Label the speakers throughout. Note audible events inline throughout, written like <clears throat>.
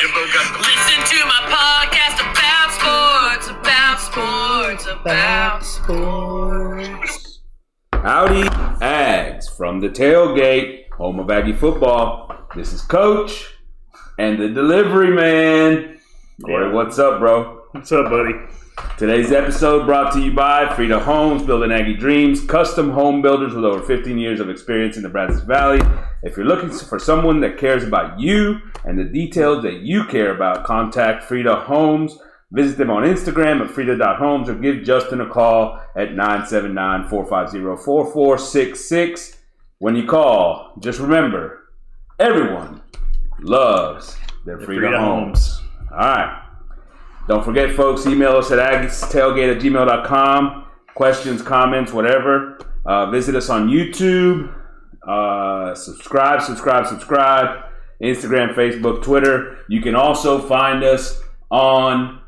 Speaker 1: Listen to my podcast about sports, about sports, about sports.
Speaker 2: Howdy, Ags from the tailgate, home of Aggie football. This is Coach and the delivery man. Corey,
Speaker 3: Yeah.
Speaker 2: what's up, bro?
Speaker 3: What's up, buddy?
Speaker 2: Today's episode brought to you by Frida Homes, building Aggie dreams, custom home builders with over 15 years of experience in the Brazos Valley. If you're looking for someone that cares about you and the details that you care about, contact Frida Homes. Visit them on Instagram at Frida.homes or give Justin a call at 979 450 4466. When you call, just remember everyone loves their Frida,
Speaker 3: Frida
Speaker 2: homes. All right. Don't forget, folks, email us at aggiestailgate at gmail.com. Questions, comments, whatever. Uh, visit us on YouTube. Uh, subscribe, subscribe, subscribe. Instagram, Facebook, Twitter. You can also find us on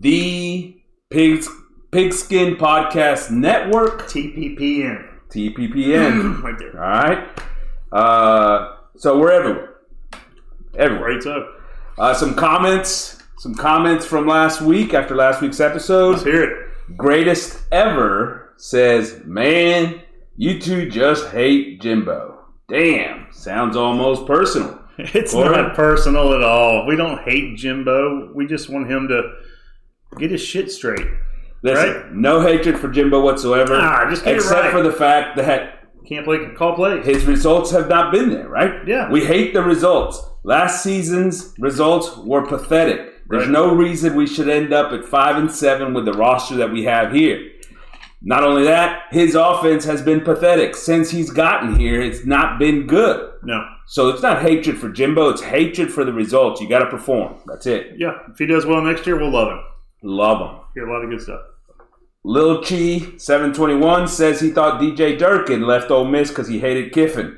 Speaker 2: the Pigs, Pigskin Podcast Network,
Speaker 3: TPPN.
Speaker 2: TPPN.
Speaker 3: <clears throat> right
Speaker 2: All
Speaker 3: there.
Speaker 2: right. Uh, so we're everywhere. Everywhere.
Speaker 3: Right up.
Speaker 2: Uh, some comments. Some comments from last week after last week's
Speaker 3: Let's
Speaker 2: episode.
Speaker 3: hear it.
Speaker 2: Greatest ever says, "Man, you two just hate Jimbo." Damn, sounds almost personal.
Speaker 3: <laughs> It's
Speaker 2: All right.
Speaker 3: not personal at all. We don't hate Jimbo. We just want him to get his shit straight.
Speaker 2: Listen,
Speaker 3: Right.
Speaker 2: no hatred for Jimbo whatsoever,
Speaker 3: Ah, just get it
Speaker 2: except
Speaker 3: right.
Speaker 2: for the fact that
Speaker 3: Can't play, call plays.
Speaker 2: his results have not been there. Right?
Speaker 3: Yeah.
Speaker 2: We hate the results. Last season's results were pathetic. There's
Speaker 3: Right.
Speaker 2: no reason we should end up at five and seven with the roster that we have here. Not only that, his offense has been pathetic. Since he's gotten here, it's not been good.
Speaker 3: No.
Speaker 2: So it's not hatred for Jimbo, it's hatred for the results. You got to perform. That's it.
Speaker 3: Yeah. If he does well next year, we'll love him.
Speaker 2: Love him.
Speaker 3: Hear a lot of good stuff.
Speaker 2: Lil Chi 721 says he thought DJ Durkin left Ole Miss because he hated Kiffin.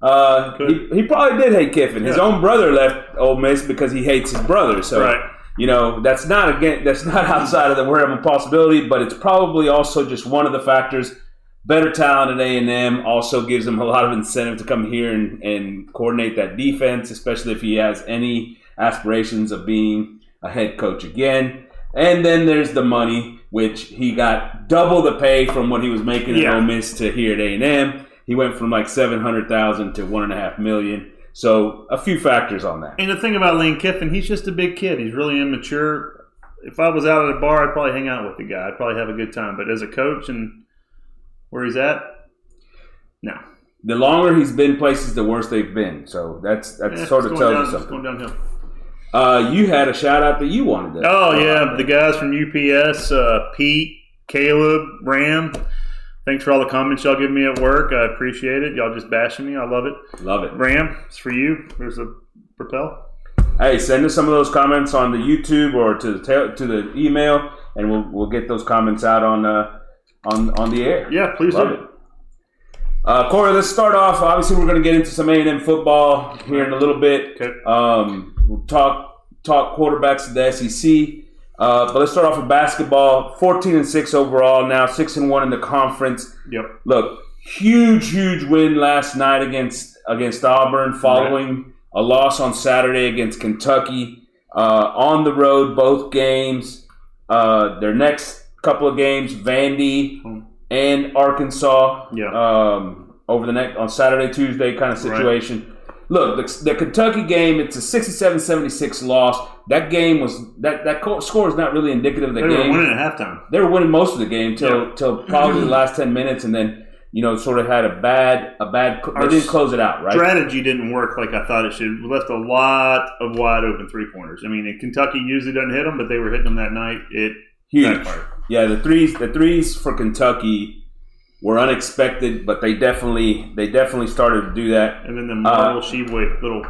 Speaker 2: Uh, he,
Speaker 3: Good.
Speaker 2: he probably did hate Kiffin. His
Speaker 3: Yeah.
Speaker 2: own brother left Ole Miss because he hates his brother. So
Speaker 3: Right.
Speaker 2: you know that's not again that's not <laughs> outside of the realm of possibility, but it's probably also just one of the factors. Better talent at A and M also gives him a lot of incentive to come here and, and coordinate that defense, especially if he has any aspirations of being a head coach again. And then there's the money, which he got double the pay from what he was making at
Speaker 3: Yeah.
Speaker 2: Ole Miss to here at A and M. He went from like seven hundred thousand to one and a half million. So a few factors on that.
Speaker 3: And the thing about Lane Kiffin, he's just a big kid. He's really immature. If I was out at a bar, I'd probably hang out with the guy. I'd probably have a good time. But as a coach and where he's at, no.
Speaker 2: the longer he's been places, the worse they've been. So that's that
Speaker 3: Eh,
Speaker 2: sort
Speaker 3: it's
Speaker 2: of
Speaker 3: going
Speaker 2: tells
Speaker 3: down-
Speaker 2: you
Speaker 3: it's
Speaker 2: something.
Speaker 3: going downhill.
Speaker 2: Uh, you had a shout out that you wanted. To
Speaker 3: Oh yeah, the guys from UPS, uh, Pete, Caleb, Ram. Thanks for all the comments y'all give me at work. I appreciate it. Y'all just bashing me. I love it.
Speaker 2: love it.
Speaker 3: Ram, it's for you. There's a propel.
Speaker 2: Hey, send us some of those comments on the YouTube or to the tel- to the email, and we'll we'll get those comments out on uh, on on the air.
Speaker 3: Yeah, please
Speaker 2: Love
Speaker 3: do
Speaker 2: it. Uh, Corey, let's start off. Obviously, we're going to get into some A&M football here in a little bit.
Speaker 3: Okay.
Speaker 2: Um, we'll talk talk quarterbacks of the SEC, uh, but let's start off with basketball. Fourteen and six overall now, six and one in the conference.
Speaker 3: Yep.
Speaker 2: Look, huge, huge win last night against against Auburn, following a loss on Saturday against Kentucky. Uh, on the road, both games. Uh, their next couple of games, Vandy and Arkansas.
Speaker 3: Yeah.
Speaker 2: Um, over the next on Saturday, Tuesday kind of
Speaker 3: Right.
Speaker 2: situation. Look, the, the Kentucky game, it's a 67-76 loss. That game was that that co- score is not really indicative of the
Speaker 3: They
Speaker 2: game
Speaker 3: were winning at halftime.
Speaker 2: they were winning most of the game till
Speaker 3: Yeah.
Speaker 2: till probably the last ten minutes, and then you know sort of had a bad a bad.
Speaker 3: Our
Speaker 2: They didn't close it out, right?
Speaker 3: Strategy didn't work like I thought it should. We left a lot of wide open three pointers. I mean, Kentucky usually doesn't hit them, but they were hitting them that night. It
Speaker 2: Huge.
Speaker 3: backfired.
Speaker 2: Yeah, the threes the threes for Kentucky were unexpected, but they definitely they definitely started to do that.
Speaker 3: And then the
Speaker 2: Uh,
Speaker 3: Marvel she Sheboy little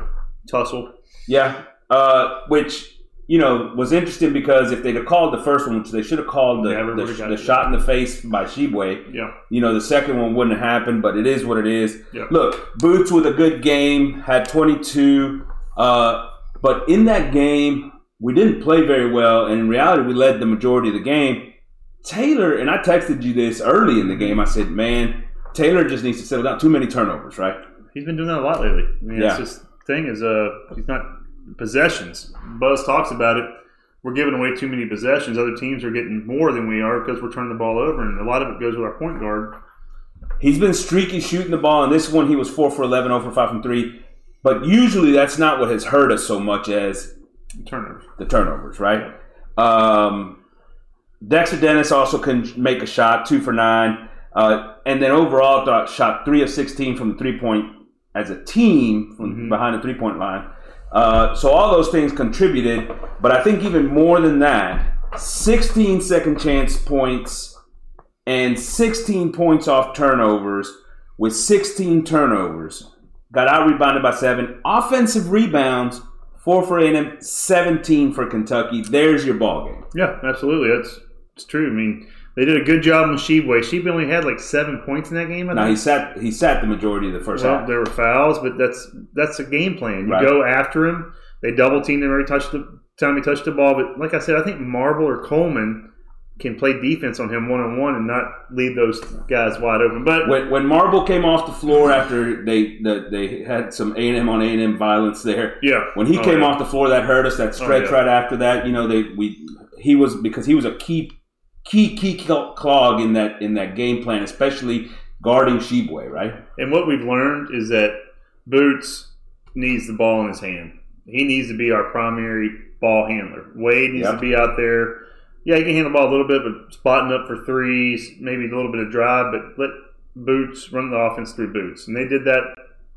Speaker 3: tussle.
Speaker 2: Yeah, uh, which you know was interesting because if they'd have called the first one, which they should have called the,
Speaker 3: Never
Speaker 2: the,
Speaker 3: would've got
Speaker 2: the
Speaker 3: it.
Speaker 2: shot in the face by Sheboy,
Speaker 3: Yeah.
Speaker 2: you know, the second one wouldn't have happened, but it is what it is.
Speaker 3: Yeah.
Speaker 2: Look, Boots with a good game, had 22, uh, but in that game, we didn't play very well, and in reality, we led the majority of the game. Taylor, and I texted you this early in the game, I said, man, Taylor just needs to settle down. Too many turnovers, right?
Speaker 3: He's been doing that a lot lately. I mean,
Speaker 2: Yeah.
Speaker 3: it's just thing is uh he's not possessions. Buzz talks about it. We're giving away too many possessions. Other teams are getting more than we are because we're turning the ball over, and a lot of it goes with our point guard.
Speaker 2: He's been streaky shooting the ball. In this one, he was 4 for 11, 0 for 5 from 3. But usually that's not what has hurt us so much as
Speaker 3: Turnovers.
Speaker 2: the turnovers, right? Um, Dexter Dennis also can make a shot, 2 for 9. Uh, and then overall, thought shot 3 of 16 from the three point as a team from
Speaker 3: Mhm.
Speaker 2: behind the three point line. Uh, so all those things contributed. But I think even more than that, 16 second chance points and 16 points off turnovers with 16 turnovers. Got out rebounded by seven. Offensive rebounds, four for A&M, 17 for Kentucky. There's your ball game.
Speaker 3: Yeah, absolutely. That's it's true. I mean, they did a good job on Sheebway. Sheeb only had like seven points in that game. I
Speaker 2: Now he
Speaker 3: think.
Speaker 2: sat he sat the majority of the first
Speaker 3: Well,
Speaker 2: half.
Speaker 3: there were fouls, but that's that's a game plan. You
Speaker 2: Right.
Speaker 3: go after him. They double teamed him every touch the time he touched the ball. But like I said, I think Marble or Coleman can play defense on him one on one and not leave those guys wide open. But
Speaker 2: When, when Marble came off the floor after they the, they had some A&M on A&M violence there,
Speaker 3: yeah,
Speaker 2: when he
Speaker 3: Oh,
Speaker 2: came
Speaker 3: yeah. Oh,
Speaker 2: off the floor, that hurt us. That stretch
Speaker 3: yeah.
Speaker 2: right after that, you know, they we he was because he was a key key key cl- clog in that in that game plan, especially guarding Sheboy, right?
Speaker 3: And what we've learned is that Boots needs the ball in his hand. He needs to be our primary ball handler. Wade needs
Speaker 2: Yep.
Speaker 3: to be out there. Yeah, he can handle the ball a little bit, but spotting up for threes, maybe a little bit of drive, but let Boots run the offense through Boots. And they did that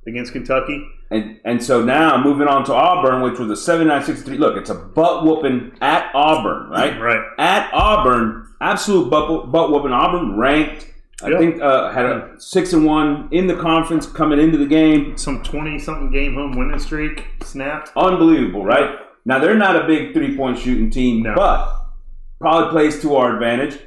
Speaker 3: against Kentucky.
Speaker 2: And and so now moving on to Auburn, which was a 79-63. Look, it's a butt whooping at Auburn, right?
Speaker 3: Right.
Speaker 2: At Auburn, absolute butt, butt whooping. Auburn ranked, I
Speaker 3: Yeah.
Speaker 2: think, uh, had a six and one in the conference coming into the game.
Speaker 3: Some 20 something game home winning streak snapped.
Speaker 2: Unbelievable, right? Now they're not a big three point shooting team,
Speaker 3: No.
Speaker 2: but probably plays to our advantage.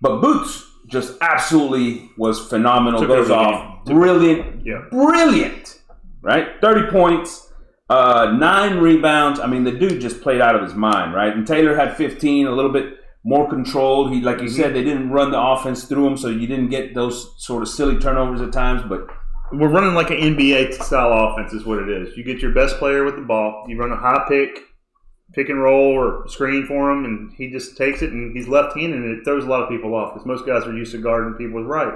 Speaker 2: But Boots just absolutely was phenomenal.
Speaker 3: Took
Speaker 2: Goes
Speaker 3: over the
Speaker 2: off, brilliant,
Speaker 3: Yeah.
Speaker 2: brilliant, right? Thirty points, uh, nine rebounds. I mean, the dude just played out of his mind, right? And Taylor had fifteen, a little bit more controlled. He, like
Speaker 3: Mm-hmm.
Speaker 2: you said, they didn't run the offense through him, so you didn't get those sort of silly turnovers at times. But
Speaker 3: We're running like an NBA style offense, is what it is. You get your best player with the ball, you run a high pick, pick and roll, or screen for him, and he just takes it and he's left handed, and it throws a lot of people off because most guys are used to guarding people with right.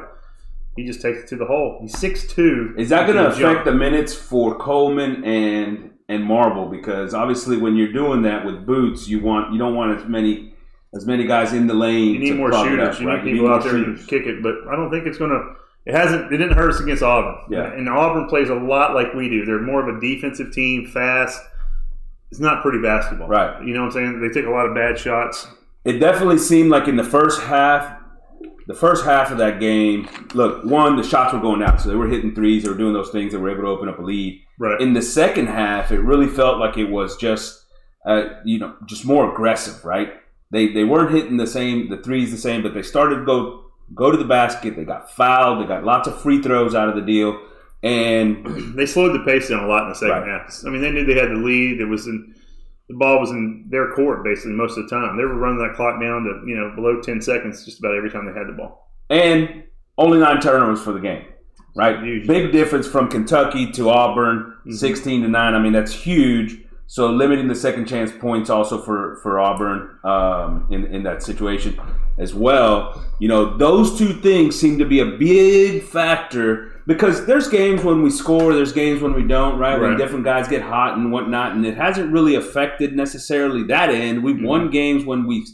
Speaker 3: He just takes it to the hole. He's 6'2.
Speaker 2: Is that going to
Speaker 3: He can
Speaker 2: affect the minutes for Coleman and and Marble? Because obviously, when you're doing that with boots, you want you don't want as many as many guys in the lane.
Speaker 3: You need
Speaker 2: to
Speaker 3: more
Speaker 2: clog it
Speaker 3: shooters.
Speaker 2: up,
Speaker 3: you
Speaker 2: right?
Speaker 3: need people out
Speaker 2: more
Speaker 3: there to
Speaker 2: shooters.
Speaker 3: kick it, but I don't think it's going to. It hasn't. It didn't hurt us against Auburn.
Speaker 2: Yeah.
Speaker 3: and Auburn plays a lot like we do. They're more of a defensive team, fast. It's not pretty basketball,
Speaker 2: Right.
Speaker 3: You know what I'm saying? They take a lot of bad shots.
Speaker 2: It definitely seemed like in the first half, the first half of that game. Look, one, the shots were going out, so they were hitting threes, they were doing those things, they were able to open up a lead.
Speaker 3: Right.
Speaker 2: in the second half, it really felt like it was just, uh, you know, just more aggressive, right? They they weren't hitting the same, the threes the same, but they started to go go to the basket. They got fouled. They got lots of free throws out of the deal, and
Speaker 3: they slowed the pace down a lot in the second
Speaker 2: Right.
Speaker 3: half. I mean, they knew they had the lead. It was in the ball was in their court basically most of the time. They were running that clock down to you know below ten seconds just about every time they had the ball.
Speaker 2: and only nine turnovers for the game, right?
Speaker 3: Huge.
Speaker 2: Big difference from Kentucky to Auburn, sixteen to nine. I mean, that's huge. So limiting the second chance points also for for Auburn um, in in that situation as well. You know, those two things seem to be a big factor because there's games when we score, there's games when we don't, right? When
Speaker 3: Right.
Speaker 2: different guys get hot and whatnot, and it hasn't really affected necessarily that end. We've won games when we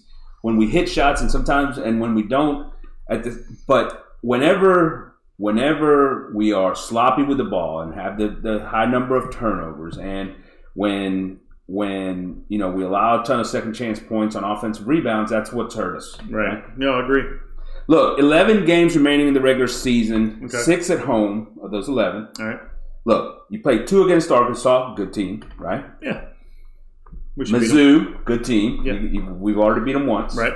Speaker 2: when we hit shots and sometimes and when we don't at the but whenever whenever we are sloppy with the ball and have the, the high number of turnovers and when when you know we allow a ton of second chance points on offensive rebounds that's what's hurt us
Speaker 3: Right. No, I agree.
Speaker 2: look 11 games remaining in the regular season
Speaker 3: Okay.
Speaker 2: six at home of those 11
Speaker 3: All right.
Speaker 2: look you play two against arkansas good team right
Speaker 3: Yeah. We should beat 'em.
Speaker 2: mizzou good team
Speaker 3: Yeah.
Speaker 2: You- you- we've already beat them once
Speaker 3: Right.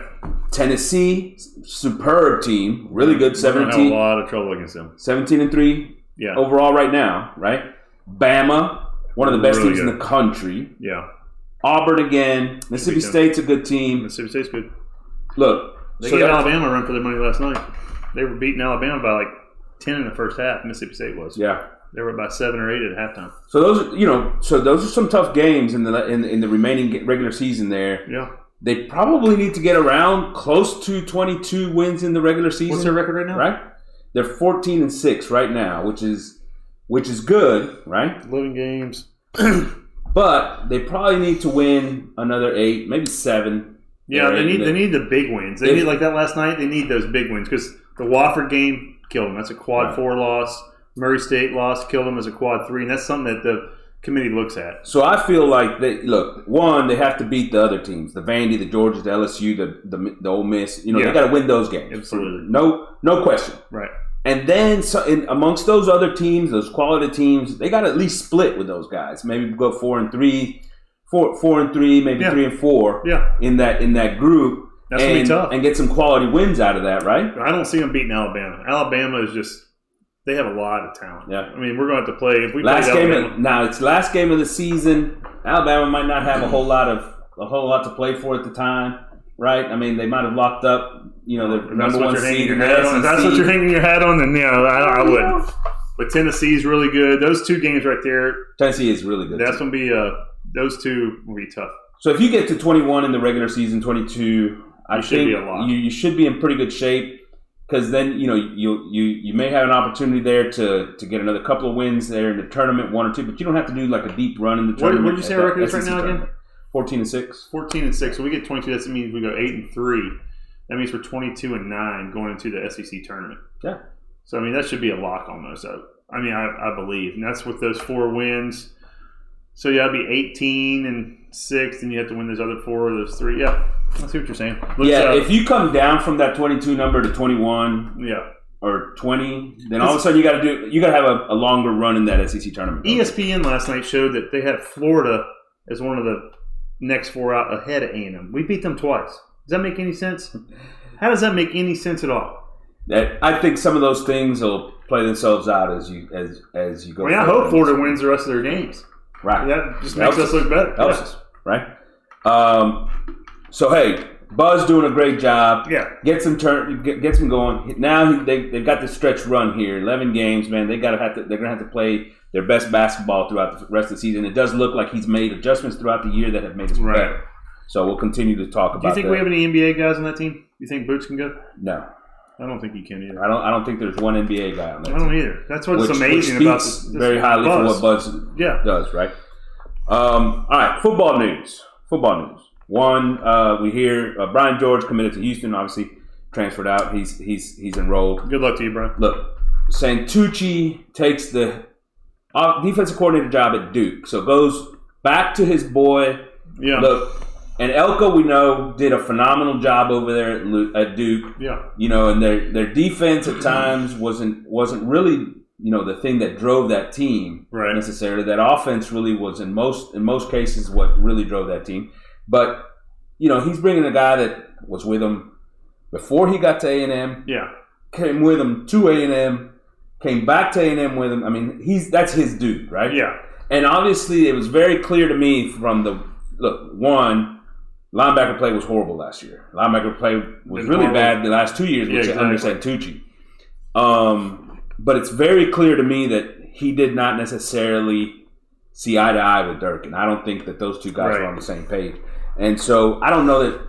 Speaker 2: tennessee superb team really good
Speaker 3: We're gonna have
Speaker 2: 17
Speaker 3: a lot of trouble against them.
Speaker 2: 17 and 3
Speaker 3: Yeah.
Speaker 2: overall right now, right? Bama, one of the best
Speaker 3: Really
Speaker 2: teams in
Speaker 3: good.
Speaker 2: the country.
Speaker 3: Yeah.
Speaker 2: Auburn again. Mississippi
Speaker 3: them.
Speaker 2: State's a good team.
Speaker 3: Mississippi State's good.
Speaker 2: Look,
Speaker 3: They
Speaker 2: so
Speaker 3: gave
Speaker 2: that-
Speaker 3: Alabama a run for their money last night. They were beating Alabama by like ten in the first half. Mississippi State was.
Speaker 2: yeah.
Speaker 3: They were by seven or eight at halftime.
Speaker 2: So those, are- you know, so those are some tough games in the in, in the remaining ge- regular season. There,
Speaker 3: Yeah.
Speaker 2: they probably need to get around close to 22 wins in the regular
Speaker 3: What's their
Speaker 2: season,
Speaker 3: record right now?
Speaker 2: right? They're 14 and six right now, which is which is good, right?
Speaker 3: Eleven games.
Speaker 2: But they probably need to win another eight, maybe seven.
Speaker 3: Yeah,
Speaker 2: They're
Speaker 3: they
Speaker 2: in
Speaker 3: need
Speaker 2: the-
Speaker 3: they need the big wins. They
Speaker 2: If-
Speaker 3: need like that last night. They need those big wins because the Wofford game killed them. That's a quad
Speaker 2: Right.
Speaker 3: four loss. Murray State loss killed them as a quad three, and that's something that the committee looks at.
Speaker 2: So I feel like they look one. They have to beat the other teams: the Vandy, the Georgia, the LSU, the the, the Ole Miss. You know,
Speaker 3: Yeah.
Speaker 2: they got to win those games.
Speaker 3: Absolutely.
Speaker 2: No, no question.
Speaker 3: Right.
Speaker 2: And then so in, amongst those other teams, those quality teams, they got to at least split with those guys. Maybe go four and three, four four and three, maybe
Speaker 3: Yeah.
Speaker 2: three and four
Speaker 3: Yeah,
Speaker 2: in that in that group,
Speaker 3: that's
Speaker 2: and
Speaker 3: gonna be tough.
Speaker 2: and get some quality wins out of that, right?
Speaker 3: I don't see them beating Alabama. Alabama is just they have a lot of talent.
Speaker 2: Yeah.
Speaker 3: I mean we're going to have to play if we
Speaker 2: Last
Speaker 3: play
Speaker 2: game
Speaker 3: Alabama.
Speaker 2: of, now it's last game of the season. Alabama might not have a whole lot of a whole lot to play for at the time, right? I mean, they might have locked up, you know, their
Speaker 3: If that's
Speaker 2: number
Speaker 3: what
Speaker 2: one
Speaker 3: you're hanging
Speaker 2: seed.
Speaker 3: your
Speaker 2: in
Speaker 3: hat
Speaker 2: the
Speaker 3: on. if That's what
Speaker 2: SEC.
Speaker 3: you're hanging your hat on, then yeah, I, I would. But Tennessee's really good. Those two games right there,
Speaker 2: Tennessee is really good.
Speaker 3: that's gonna be uh those two will be tough.
Speaker 2: So if you get to 21 in the regular season, 22, I
Speaker 3: You should
Speaker 2: think
Speaker 3: be a lot.
Speaker 2: you, you should be in pretty good shape because then you know you you you may have an opportunity there to to get another couple of wins there in the tournament, one or two, but you don't have to do like a deep run in the
Speaker 3: What-
Speaker 2: tournament.
Speaker 3: what'd you
Speaker 2: at
Speaker 3: say our
Speaker 2: that
Speaker 3: record is right
Speaker 2: SEC
Speaker 3: now again?
Speaker 2: tournament. 14 and six.
Speaker 3: Fourteen and six. When we get twenty two, that means we go eight and three. That means we're twenty two and nine going into the SEC tournament.
Speaker 2: Yeah.
Speaker 3: So I mean that should be a lock almost. I, I mean I, I believe, and that's with those four wins. So yeah, I'd be eighteen and six, and you have to win those other four, or those three. Yeah, I see what you're saying. Looks,
Speaker 2: yeah,
Speaker 3: uh,
Speaker 2: if you come down from that 22 number to 21
Speaker 3: yeah.
Speaker 2: or 20, then all of a sudden you got to do you got to have a, a longer run in that SEC tournament.
Speaker 3: ESPN last night showed that they had Florida as one of the next four out ahead of A&M. We beat them twice. Does that make any sense? How does that make any sense at all?
Speaker 2: That I think some of those things will play themselves out as you as as you
Speaker 3: I
Speaker 2: go.
Speaker 3: mean, I
Speaker 2: forward.
Speaker 3: hope Florida wins the rest of their games.
Speaker 2: Right.
Speaker 3: That just
Speaker 2: Helps
Speaker 3: makes us look better.
Speaker 2: helps us, right? Um, so hey, Buzz doing a great job.
Speaker 3: Yeah.
Speaker 2: Gets him turn, get- gets him going. Now he, they they've got this stretch run here, eleven games, man. They gotta have to. They're gonna have to play their best basketball throughout the rest of the season. It does look like he's made adjustments throughout the year that have made us
Speaker 3: Right.
Speaker 2: better. So we'll continue to talk
Speaker 3: Do you
Speaker 2: about.
Speaker 3: think
Speaker 2: that.
Speaker 3: we have any NBA guys on that team? You think Boots can go?
Speaker 2: No,
Speaker 3: I don't think he can either.
Speaker 2: I don't. I don't think there's one NBA guy on
Speaker 3: I
Speaker 2: that.
Speaker 3: don't either. That's what's
Speaker 2: Which, which
Speaker 3: amazing
Speaker 2: speaks
Speaker 3: about this. this
Speaker 2: very highly
Speaker 3: buzz.
Speaker 2: for what Buzz
Speaker 3: Yeah.
Speaker 2: does, right? Um, all right, football news. Football news. One, uh, we hear uh, Brian George committed to Houston. Obviously, transferred out. He's he's he's enrolled.
Speaker 3: Good luck to you, Brian.
Speaker 2: Look, Santucci takes the uh, defensive coordinator job at Duke, so goes back to his boy.
Speaker 3: Yeah.
Speaker 2: Look, and Elko, we know, did a phenomenal job over there at, Lu- at Duke
Speaker 3: Yeah.
Speaker 2: you know, and their their defense at times wasn't wasn't really you know the thing that drove that team
Speaker 3: Right.
Speaker 2: necessarily. That offense really was in most in most cases what really drove that team. But you know, he's bringing a guy that was with him before he got to A and M,
Speaker 3: Yeah.
Speaker 2: came with him to A and M, came back to A and M with him. I mean, he's that's his dude, right?
Speaker 3: Yeah.
Speaker 2: And obviously, it was very clear to me from the look. One, linebacker play was horrible last year. Linebacker play was
Speaker 3: Been
Speaker 2: really
Speaker 3: horrible.
Speaker 2: bad the last two years,
Speaker 3: Yeah,
Speaker 2: which under
Speaker 3: exactly.
Speaker 2: Santucci. Um, but it's very clear to me that he did not necessarily see eye to eye with Dirk, and I don't think that those two guys
Speaker 3: Right.
Speaker 2: were on the same page. And so, I don't know that.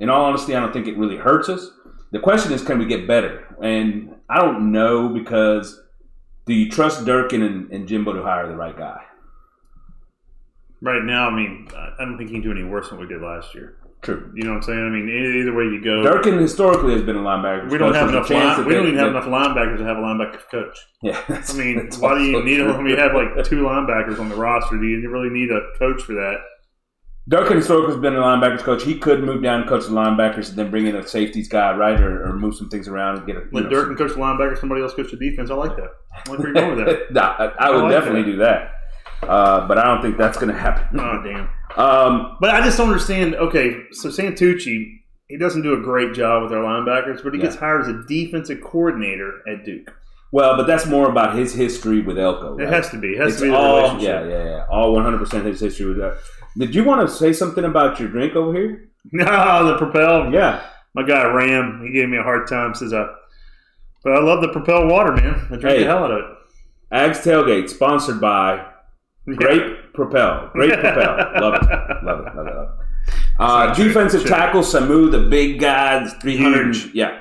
Speaker 2: In all honesty, I don't think it really hurts us. The question is, can we get better? And I don't know because do you trust Dirk and, and Jimbo to hire the right guy?
Speaker 3: Right now, I mean, I I don't think he can do any worse than what we did last year.
Speaker 2: True.
Speaker 3: You know what I'm saying? I mean, e- either way you go,
Speaker 2: Durkin historically has been a linebacker.
Speaker 3: we don't have
Speaker 2: There's a
Speaker 3: enough.
Speaker 2: chance
Speaker 3: Line,
Speaker 2: that
Speaker 3: we don't
Speaker 2: they-
Speaker 3: even have
Speaker 2: that-
Speaker 3: enough linebackers to have a linebacker coach.
Speaker 2: Yeah,
Speaker 3: I
Speaker 2: that's- <laughs>
Speaker 3: mean,
Speaker 2: that's
Speaker 3: why do you
Speaker 2: also
Speaker 3: need
Speaker 2: true.
Speaker 3: them when you have like two linebackers on the roster? Do you really need a coach for that?
Speaker 2: Durkin historically has been a linebackers coach. He could move down and coach the linebackers and then bring in a safeties guy, right, or, or move some things around and get a. you
Speaker 3: Let
Speaker 2: know,
Speaker 3: Durkin coach the linebacker, somebody else coach the defense. I like that. I
Speaker 2: <laughs>
Speaker 3: like where you're going with that.
Speaker 2: some- <laughs> Nah, I, I
Speaker 3: I
Speaker 2: would
Speaker 3: like
Speaker 2: definitely
Speaker 3: that.
Speaker 2: do that, uh, but I don't think that's going to happen.
Speaker 3: Oh damn!
Speaker 2: Um,
Speaker 3: But I just don't understand. Okay, so Santucci, he doesn't do a great job with our linebackers, but he gets hired as a defensive coordinator at Duke.
Speaker 2: well, but that's more about his history with Elko.
Speaker 3: It
Speaker 2: right?
Speaker 3: has to be. It has
Speaker 2: It's
Speaker 3: to be the
Speaker 2: all, yeah,
Speaker 3: relationship.
Speaker 2: yeah, yeah, all 100 percent his history with that. Did you want to say something about your drink over here?
Speaker 3: <laughs> No, Ah, the propel.
Speaker 2: Yeah,
Speaker 3: My guy uh, Ram, he gave me a hard time. Says I, but I love the Propel water, man. I drink
Speaker 2: Hey.
Speaker 3: the hell out of it.
Speaker 2: Ags Tailgate, sponsored by Grape Propel.
Speaker 3: <laughs>
Speaker 2: Grape Propel. Love it. Love it. Love it. Love it. Uh,
Speaker 3: not true.
Speaker 2: defensive
Speaker 3: Sure.
Speaker 2: tackle Samu, the big guy, that's 300. and-
Speaker 3: Huge.
Speaker 2: Yeah.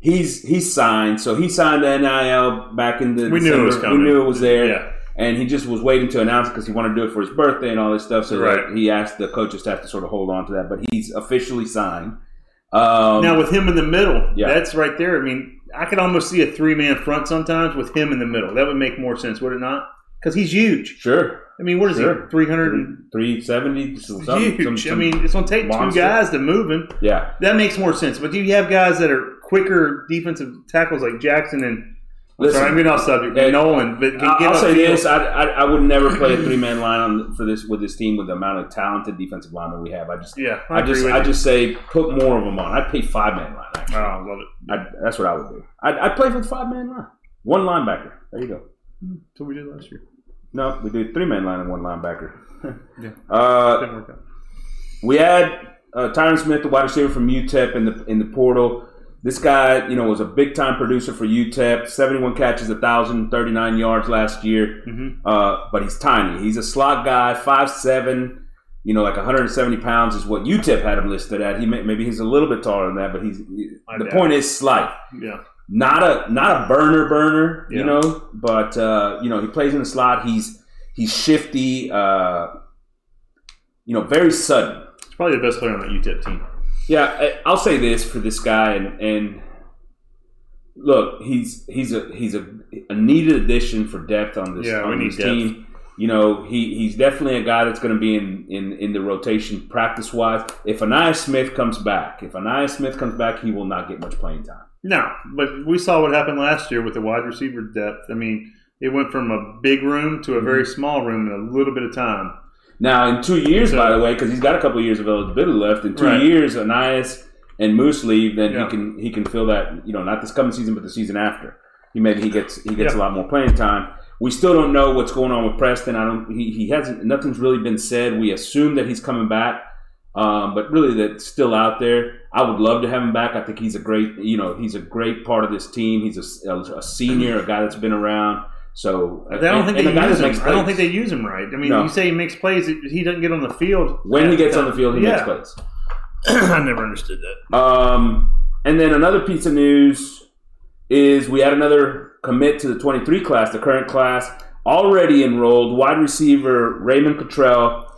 Speaker 2: He's he's signed. So he signed the NIL back in the
Speaker 3: We knew it was
Speaker 2: December. We
Speaker 3: coming.
Speaker 2: knew it was there.
Speaker 3: Yeah.
Speaker 2: And he just was waiting to announce because he wanted to do it for his birthday and all this stuff. So
Speaker 3: Right.
Speaker 2: that he asked the coaching staff to sort of hold on to that. But he's officially signed. Um,
Speaker 3: Now with him in the middle,
Speaker 2: Yeah.
Speaker 3: that's right there. I mean, I could almost see a three man front sometimes with him in the middle. That would make more sense, would it not? Because he's huge.
Speaker 2: sure.
Speaker 3: I mean, what is
Speaker 2: Sure.
Speaker 3: he? Three hundred and
Speaker 2: 370. some- some-
Speaker 3: huge.
Speaker 2: some-
Speaker 3: I mean, it's gonna take
Speaker 2: monster.
Speaker 3: two guys to move him.
Speaker 2: yeah.
Speaker 3: That makes more sense. But do you have guys that are quicker defensive tackles like Jackson and?
Speaker 2: Listen.
Speaker 3: sorry, I'm getting off subject.
Speaker 2: Yeah.
Speaker 3: Nolan, but can
Speaker 2: I'll
Speaker 3: give
Speaker 2: I'll
Speaker 3: up
Speaker 2: say
Speaker 3: field-
Speaker 2: this: I, I, I would never play a three man line on, for this with this team with the amount of talented defensive linemen we have. I just,
Speaker 3: Yeah, I,
Speaker 2: I,
Speaker 3: agree
Speaker 2: just,
Speaker 3: with
Speaker 2: I
Speaker 3: you.
Speaker 2: just say put more of them on. I'd play five man line. Actually.
Speaker 3: Oh, I love it.
Speaker 2: I'd, that's what I would do. I'd, I'd play with five man line, one linebacker. There you go.
Speaker 3: That's what we did last year.
Speaker 2: No, we do three man line and one linebacker. <laughs>
Speaker 3: Yeah.
Speaker 2: Uh,
Speaker 3: Didn't work out.
Speaker 2: we had uh, Tyron Smith, the wide receiver from UTEP, in the in the portal. This guy, you know, was a big time producer for UTEP. Seventy one catches, thousand thirty nine yards last year.
Speaker 3: Mm-hmm.
Speaker 2: Uh, but he's tiny. He's a slot guy, five seven. You know, like 170 pounds is what UTEP had him listed at. He may, maybe he's a little bit taller than that, but he's
Speaker 3: I
Speaker 2: the
Speaker 3: doubt
Speaker 2: point is slight.
Speaker 3: Yeah,
Speaker 2: Not a not a burner burner, you
Speaker 3: Yeah.
Speaker 2: know. But uh, you know, he plays in the slot. He's he's shifty. Uh, you know, very sudden.
Speaker 3: it's probably the best player on that UTEP team.
Speaker 2: Yeah, I- I'll say this for this guy, and and look, he's he's a he's a, a needed addition for depth on this,
Speaker 3: Yeah, we
Speaker 2: on
Speaker 3: need
Speaker 2: this team. You know, he, he's definitely a guy that's going to be in, in, in the rotation practice wise. If Anaya Smith comes back, if Anaya Smith comes back, he will not get much playing time.
Speaker 3: No, but we saw what happened last year with the wide receiver depth. I mean, it went from a big room to a very
Speaker 2: Mm-hmm.
Speaker 3: small room in a little bit of time.
Speaker 2: Now, in two years,
Speaker 3: So-
Speaker 2: by the way, because he's got a couple years of eligibility left. In two
Speaker 3: Right.
Speaker 2: years, Anias and Moose leave, then
Speaker 3: Yeah.
Speaker 2: he can he can fill that. You know, not this coming season, but the season after. He maybe he gets he gets
Speaker 3: Yeah.
Speaker 2: a lot more playing time. We still don't know what's going on with Preston. I don't. He, he hasn't. Nothing's really been said. We assume that he's coming back, um, but really that's still out there. I would love to have him back. I think he's a great. You know, he's a great part of this team. He's a s- a, a senior, a guy that's been around. So
Speaker 3: I don't
Speaker 2: and-
Speaker 3: think
Speaker 2: and a
Speaker 3: they
Speaker 2: guy
Speaker 3: use
Speaker 2: that
Speaker 3: him.
Speaker 2: makes
Speaker 3: I don't
Speaker 2: plays.
Speaker 3: think they use him right. I mean,
Speaker 2: No.
Speaker 3: you say he makes plays, he doesn't get on the field.
Speaker 2: when he gets on
Speaker 3: <coughs>
Speaker 2: the field, he makes
Speaker 3: Yeah.
Speaker 2: plays.
Speaker 3: I never understood that.
Speaker 2: Um, and then another piece of news is we had another commit to the 23 class, the current class, already enrolled wide receiver Raymond Cottrell,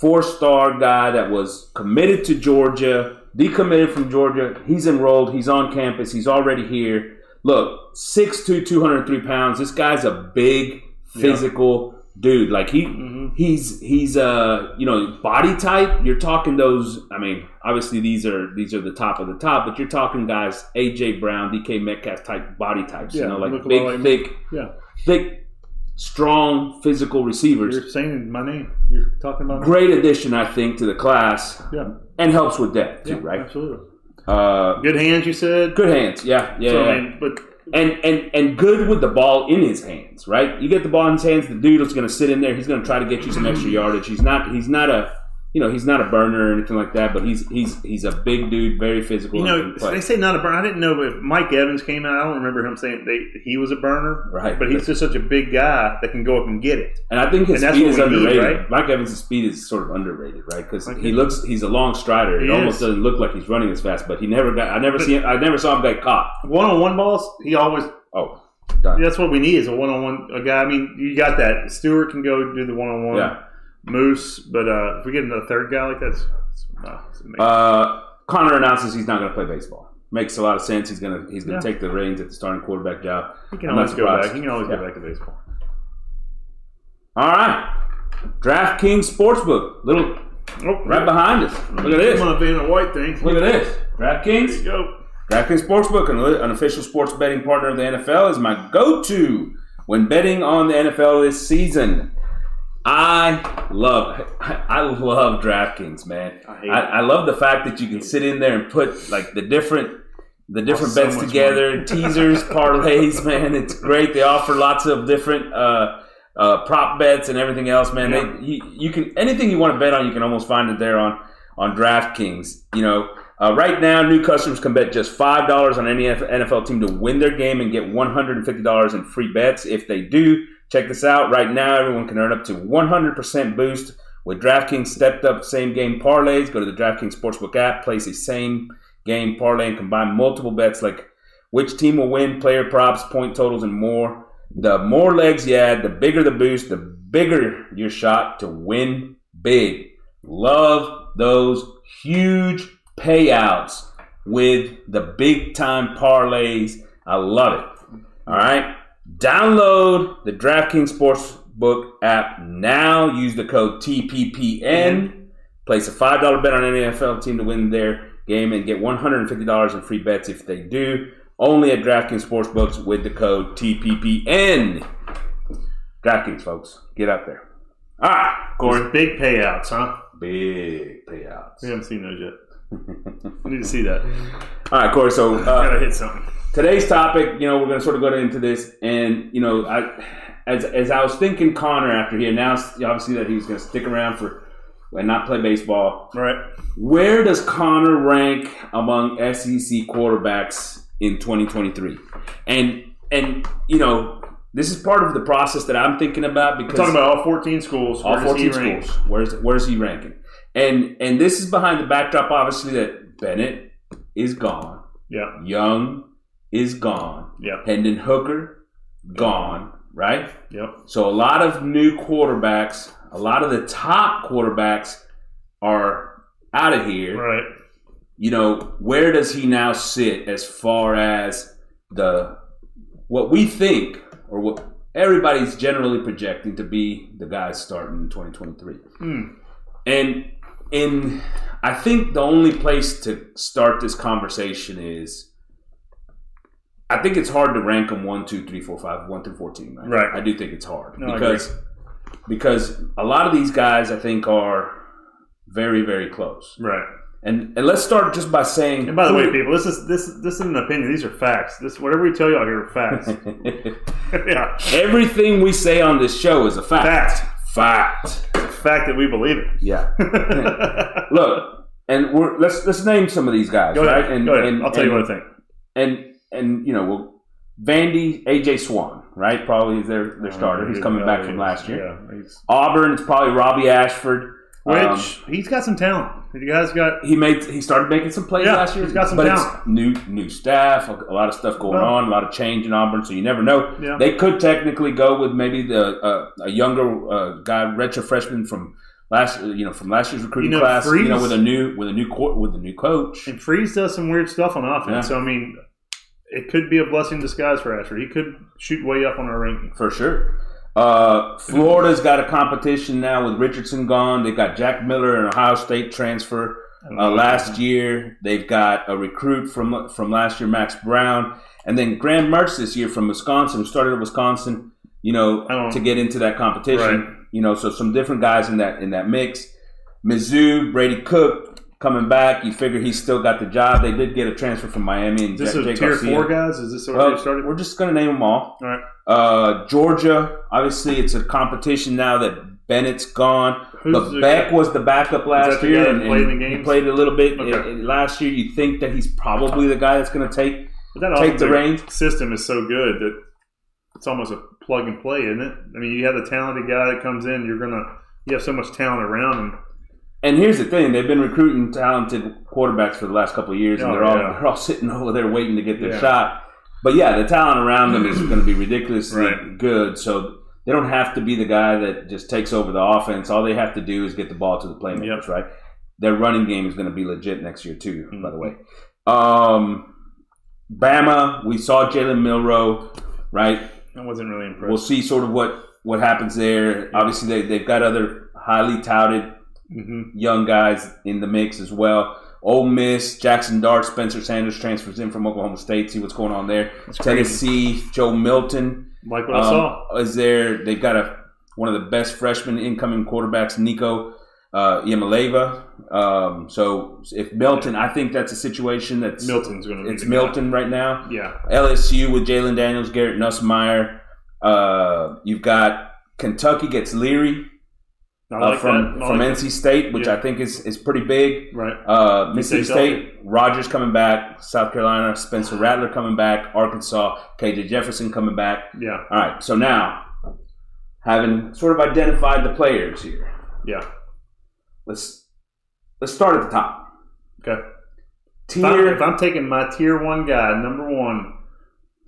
Speaker 2: four star guy that was committed to Georgia, decommitted from Georgia. He's enrolled, he's on campus, he's already here. Look, 6'2, 203 pounds. This guy's a big, physical dude. Like he
Speaker 3: Mhm.
Speaker 2: he's he's uh you know body type you're talking those i mean obviously these are these are the top of the top but you're talking guys aj brown dk metcalf type body types you
Speaker 3: Yeah,
Speaker 2: know like
Speaker 3: look a
Speaker 2: big
Speaker 3: lot like-
Speaker 2: thick
Speaker 3: Yeah.
Speaker 2: thick strong physical receivers
Speaker 3: You're saying my name. You're talking about me.
Speaker 2: great addition i think to the class
Speaker 3: Yeah,
Speaker 2: and helps with depth too
Speaker 3: yeah,
Speaker 2: right
Speaker 3: Absolutely.
Speaker 2: uh
Speaker 3: Good hands, you said.
Speaker 2: good hands yeah yeah,
Speaker 3: So,
Speaker 2: yeah.
Speaker 3: I mean, but
Speaker 2: and and and good with the ball in his hands, right? You get the ball in his hands, the dude is going to sit in there. He's going to try to get you some extra yardage. He's not he's not a you know he's not a burner or anything like that, but he's he's he's a big dude, very physical.
Speaker 3: you
Speaker 2: and
Speaker 3: know,
Speaker 2: can play.
Speaker 3: they say not a burner. I didn't know if Mike Evans came out. I don't remember him saying they, he was a burner.
Speaker 2: Right.
Speaker 3: But he's just such a big guy that can go up and get it.
Speaker 2: and I think his
Speaker 3: and that's
Speaker 2: speed is
Speaker 3: what we need,
Speaker 2: underrated.
Speaker 3: right?
Speaker 2: Mike Evans' speed is sort of underrated, right? Because
Speaker 3: Like
Speaker 2: he
Speaker 3: he-
Speaker 2: looks he's a long strider. It
Speaker 3: He
Speaker 2: almost
Speaker 3: is.
Speaker 2: doesn't look like he's running as fast, but he never got. I never
Speaker 3: But-
Speaker 2: see him, I never saw him get caught.
Speaker 3: One on one balls, he always
Speaker 2: Oh, done.
Speaker 3: That's what we need is a one on one guy. I mean, you got that. Stewart can go do the one on
Speaker 2: Yeah.
Speaker 3: one. Moose, but uh, if we get another third guy like that, it's, it's, wow, it's amazing.
Speaker 2: Uh, Connor announces he's not going to play baseball. Makes a lot of sense. He's gonna he's gonna
Speaker 3: Yeah.
Speaker 2: take the reins at the starting quarterback job.
Speaker 3: he can
Speaker 2: I'm not
Speaker 3: always go
Speaker 2: surprised.
Speaker 3: back. He can always
Speaker 2: Yeah.
Speaker 3: go back to baseball.
Speaker 2: All right. DraftKings Sportsbook. Little
Speaker 3: Oh,
Speaker 2: right behind us. Look at
Speaker 3: Come
Speaker 2: this.
Speaker 3: on, being a white thing.
Speaker 2: Look at this.
Speaker 3: There you
Speaker 2: DraftKings.
Speaker 3: go.
Speaker 2: DraftKings Sportsbook, an- an official sports betting partner of the NFL, is my go-to when betting on the NFL this season. I love, <laughs> I love DraftKings, man.
Speaker 3: I hate
Speaker 2: I,
Speaker 3: it.
Speaker 2: I love the fact that you can sit in there and put like the different, the different
Speaker 3: so
Speaker 2: bets
Speaker 3: much <laughs>
Speaker 2: together, teasers, parlays, man. It's great. They offer lots of different uh, uh, prop bets and everything else, man.
Speaker 3: Yeah.
Speaker 2: They, you, you can anything you want to bet on, you can almost find it there on on DraftKings. You know, uh, right now, new customers can bet just five dollars on any NFL team to win their game and get one hundred and fifty dollars in free bets. If they do, Check this out. Right now, everyone can earn up to 100% boost with DraftKings stepped up same game parlays. Go to the DraftKings Sportsbook app, place a same game parlay, and combine multiple bets like which team will win, player props, point totals, and more. The more legs you add, the bigger the boost, the bigger your shot to win big. Love those huge payouts with the big time parlays. I love it. All right. Download the DraftKings Sportsbook app now. Use the code TPPN. Place a $5 bet on any NFL team to win their game and get $150 in free bets if they do. Only at DraftKings Sportsbooks with the code TPPN. DraftKings, folks. Get out there. All right, Corey.
Speaker 3: Or big payouts, huh?
Speaker 2: Big payouts.
Speaker 3: We haven't seen those yet.
Speaker 2: <laughs>
Speaker 3: I need to see that.
Speaker 2: All right, Corey. So uh,
Speaker 3: Gotta hit something.
Speaker 2: today's topic, you know, we're going to sort of go into this, and you know, I as as I was thinking, Connor after he announced obviously that he was going to stick around for and not play baseball.
Speaker 3: All right.
Speaker 2: Where does Connor rank among SEC quarterbacks in 2023? And and you know, this is part of the process that I'm thinking about
Speaker 3: We're
Speaker 2: because
Speaker 3: talking about all 14 schools.
Speaker 2: all
Speaker 3: Where does he
Speaker 2: 14
Speaker 3: rank?
Speaker 2: schools. Where's where's he ranking? And and this is behind the backdrop, obviously, that Bennett is gone,
Speaker 3: Yeah,
Speaker 2: Young is gone.
Speaker 3: yeah,
Speaker 2: Hendon Hooker, gone, right?
Speaker 3: yeah.
Speaker 2: So a lot of new quarterbacks, a lot of the top quarterbacks are out of here.
Speaker 3: Right.
Speaker 2: You know, where does he now sit as far as the what we think or what everybody's generally projecting to be the guys starting in 2023?
Speaker 3: Hmm.
Speaker 2: And in I think the only place to start this conversation is I think it's hard to rank them one, two, three, four, five, one through fourteen.
Speaker 3: Right.
Speaker 2: I do think it's hard
Speaker 3: No, I
Speaker 2: because because a lot of these guys I think are very very close.
Speaker 3: Right.
Speaker 2: And and let's start just by saying.
Speaker 3: And by the way, people, this is this this isn't an opinion. These are facts. This whatever we tell y'all here are
Speaker 2: <laughs>
Speaker 3: facts. yeah,
Speaker 2: everything we say on this show is a fact.
Speaker 3: fact.
Speaker 2: Fact.
Speaker 3: Fact that we
Speaker 2: <laughs>
Speaker 3: believe it.
Speaker 2: Yeah.
Speaker 3: Go
Speaker 2: Look, and we're let's let's name some of these guys, right?
Speaker 3: ahead.
Speaker 2: And,
Speaker 3: Go ahead.
Speaker 2: and-
Speaker 3: I'll tell
Speaker 2: and-
Speaker 3: you what I think.
Speaker 2: and and you know, well, Vandy, AJ Swan, right? Probably is their their starter. He's coming back from last year.
Speaker 3: Uh, Yeah, he's-
Speaker 2: Auburn, it's probably Robbie Ashford. Um,
Speaker 3: which he's got some talent. The guy's got
Speaker 2: he made he started making some plays
Speaker 3: Yeah,
Speaker 2: last year.
Speaker 3: he's got some
Speaker 2: but
Speaker 3: talent.
Speaker 2: it's new new staff, a, a lot of stuff going
Speaker 3: Well-
Speaker 2: on, a lot of change in Auburn, so you never know.
Speaker 3: Yeah.
Speaker 2: They could technically go with maybe the uh, a younger uh, guy, retro freshman from last you know from last year's recruiting
Speaker 3: You know,
Speaker 2: class, you know,
Speaker 3: Freeze-
Speaker 2: with a new with a new court with a new coach.
Speaker 3: and Freeze does some weird stuff on offense.
Speaker 2: Yeah.
Speaker 3: So I mean, it could be a blessing in disguise for Asher. He could shoot way up on our ranking.
Speaker 2: For sure. Uh, Florida's got a competition now with Richardson gone. They've got Jack Miller, an Ohio State transfer uh, last year. They've got a recruit from from last year, Max Brown, and then Graham Mertz this year from Wisconsin, who started at Wisconsin. You know,
Speaker 3: I don't-
Speaker 2: to get into that competition.
Speaker 3: Right.
Speaker 2: You know, so some different guys in that in that mix. Mizzou, Brady Cook coming back. You figure he's still got the job. They did get a transfer from Miami and
Speaker 3: Is this
Speaker 2: Ja-
Speaker 3: a
Speaker 2: Jake
Speaker 3: tier
Speaker 2: Garcia.
Speaker 3: four guys? Is this where
Speaker 2: Well,
Speaker 3: they started?
Speaker 2: we're just going to name them all.
Speaker 3: All right.
Speaker 2: Uh, Georgia, obviously, it's a competition now that Bennett's gone.
Speaker 3: Who's
Speaker 2: the
Speaker 3: the
Speaker 2: Beck
Speaker 3: guy-
Speaker 2: was the backup last
Speaker 3: the
Speaker 2: year,
Speaker 3: guy that
Speaker 2: and,
Speaker 3: played
Speaker 2: and
Speaker 3: in the
Speaker 2: he
Speaker 3: games?
Speaker 2: played a little bit in-
Speaker 3: Okay.
Speaker 2: in last year. You think that he's probably the guy that's going to take
Speaker 3: But that
Speaker 2: take the
Speaker 3: offensive
Speaker 2: reins?
Speaker 3: system is so good that it's almost a plug and play, isn't it? I mean, you have the talented guy that comes in, you're gonna you have so much talent around him.
Speaker 2: And here's the thing: they've been recruiting talented quarterbacks for the last couple of years, and
Speaker 3: Oh,
Speaker 2: they're all
Speaker 3: yeah.
Speaker 2: they're all <laughs> sitting over there waiting to get their
Speaker 3: Yeah.
Speaker 2: shot. But yeah, the talent around them is going to be ridiculously
Speaker 3: Right.
Speaker 2: good. So they don't have to be the guy that just takes over the offense. All they have to do is get the ball to the playmakers, right? Their running game is going to be legit next year too. By the
Speaker 3: Mm-hmm.
Speaker 2: way, um, Bama, we saw Jalen Milrow, right?
Speaker 3: I wasn't really
Speaker 2: We'll
Speaker 3: impressed.
Speaker 2: see sort of what what happens there. Obviously, they they've got other highly touted
Speaker 3: hmm
Speaker 2: young guys in the mix as well. Ole Miss, Jackson Dart, Spencer Sanders transfers in from Oklahoma State. See what's going on there. Tennessee, Joe Milton.
Speaker 3: Like what
Speaker 2: um,
Speaker 3: I saw.
Speaker 2: Is there? They've got a one of the best freshman incoming quarterbacks, Nico uh, Iamaleva. Um, so if Milton, I think that's a situation that's
Speaker 3: Milton's gonna be
Speaker 2: it's
Speaker 3: the
Speaker 2: Milton right now.
Speaker 3: guy. Yeah.
Speaker 2: LSU with Jalen Daniels, Garrett Nussmeyer. Uh, you've got Kentucky gets Leary
Speaker 3: I
Speaker 2: uh,
Speaker 3: like
Speaker 2: from
Speaker 3: that. I
Speaker 2: from
Speaker 3: like
Speaker 2: NC State, which
Speaker 3: Yeah.
Speaker 2: I think is is pretty big.
Speaker 3: that. Right.
Speaker 2: Uh, Mississippi
Speaker 3: State's
Speaker 2: State, Rogers coming back, South Carolina, Spencer Rattler coming back, Arkansas, KJ Jefferson coming back.
Speaker 3: Yeah.
Speaker 2: All right, so now having sort of identified the players here.
Speaker 3: Yeah.
Speaker 2: Let's let's start at the top.
Speaker 3: Okay. If I'm,
Speaker 2: Tier
Speaker 3: if I'm taking my tier one guy, number one,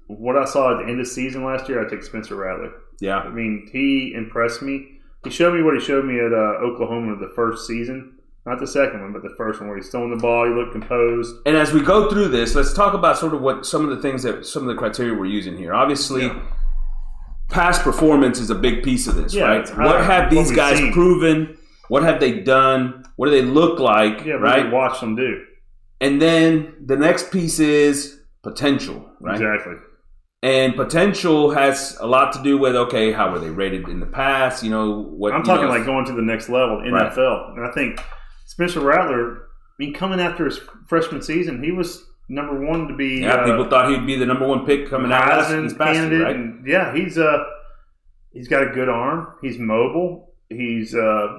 Speaker 3: what I saw at the end of season last year, I take Spencer Rattler. I
Speaker 2: Yeah.
Speaker 3: mean, he impressed me. He showed me what he showed me at uh, Oklahoma the first season, not the second one, but the first one where he's throwing the ball. He looked composed.
Speaker 2: And as we go through this, let's talk about sort of what some of the things that some of the criteria we're using here. Obviously, past performance is a big piece of this,
Speaker 3: Yeah,
Speaker 2: right?
Speaker 3: it's
Speaker 2: What
Speaker 3: how-
Speaker 2: have
Speaker 3: what
Speaker 2: these
Speaker 3: we've
Speaker 2: guys
Speaker 3: seen.
Speaker 2: proven? What have they done? What do they look like?
Speaker 3: Yeah,
Speaker 2: right.
Speaker 3: right. Watch them do
Speaker 2: And then the next piece is potential, right?
Speaker 3: exactly.
Speaker 2: And potential has a lot to do with okay, how were they rated in the past? You know what?
Speaker 3: I'm
Speaker 2: you
Speaker 3: talking
Speaker 2: know,
Speaker 3: like going to the next level, the
Speaker 2: Right.
Speaker 3: NFL. And I think Spencer Rattler, I mean, coming after his freshman season, he was number one to be
Speaker 2: yeah,
Speaker 3: uh,
Speaker 2: people thought he'd be the number one pick coming out last
Speaker 3: Heisman
Speaker 2: this past year,
Speaker 3: candidate,
Speaker 2: right?
Speaker 3: and yeah, he's uh he's got a good arm. He's mobile. He's uh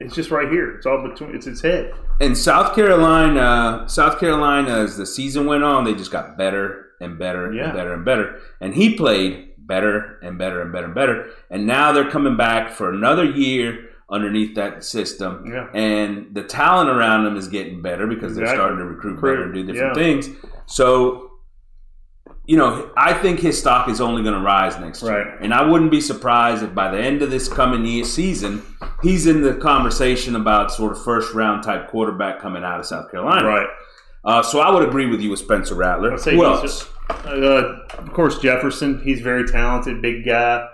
Speaker 3: it's just right here. It's all between. It's his head.
Speaker 2: And South Carolina, South Carolina, as the season went on, they just got better and better
Speaker 3: Yeah.
Speaker 2: and better and better. And he played better and better and better and better. And now they're coming back for another year underneath that system.
Speaker 3: Yeah.
Speaker 2: And the talent around them is getting better because they're
Speaker 3: Exactly.
Speaker 2: starting to recruit better and do different
Speaker 3: Yeah.
Speaker 2: things. So, you know, I think his stock is only going to rise next year.
Speaker 3: Right.
Speaker 2: And I wouldn't be surprised if by the end of this coming year season, he's in the conversation about sort of first round type quarterback coming out of South Carolina.
Speaker 3: Right.
Speaker 2: Uh, so I would agree with you with Spencer Rattler.
Speaker 3: I'd say
Speaker 2: Who
Speaker 3: he's
Speaker 2: else?
Speaker 3: Uh, of course, Jefferson. He's very talented, big guy.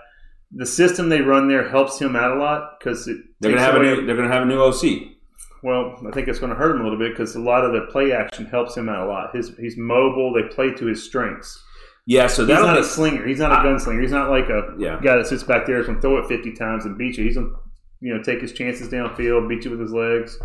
Speaker 3: The system they run there helps him out a lot because it.
Speaker 2: they're gonna
Speaker 3: takes
Speaker 2: have a
Speaker 3: away-
Speaker 2: new. They're gonna have a new OC.
Speaker 3: Well, I think it's going to hurt him a little bit because a lot of the play action helps him out a lot. His he's mobile. They play to his strengths.
Speaker 2: Yeah. So
Speaker 3: He's
Speaker 2: that'll.
Speaker 3: not a
Speaker 2: be-
Speaker 3: slinger. He's not a
Speaker 2: I-
Speaker 3: gunslinger. He's not like a
Speaker 2: Yeah.
Speaker 3: guy that sits back there and can throw it fifty times and beat you. He's going to you know take his chances downfield, beat you with his legs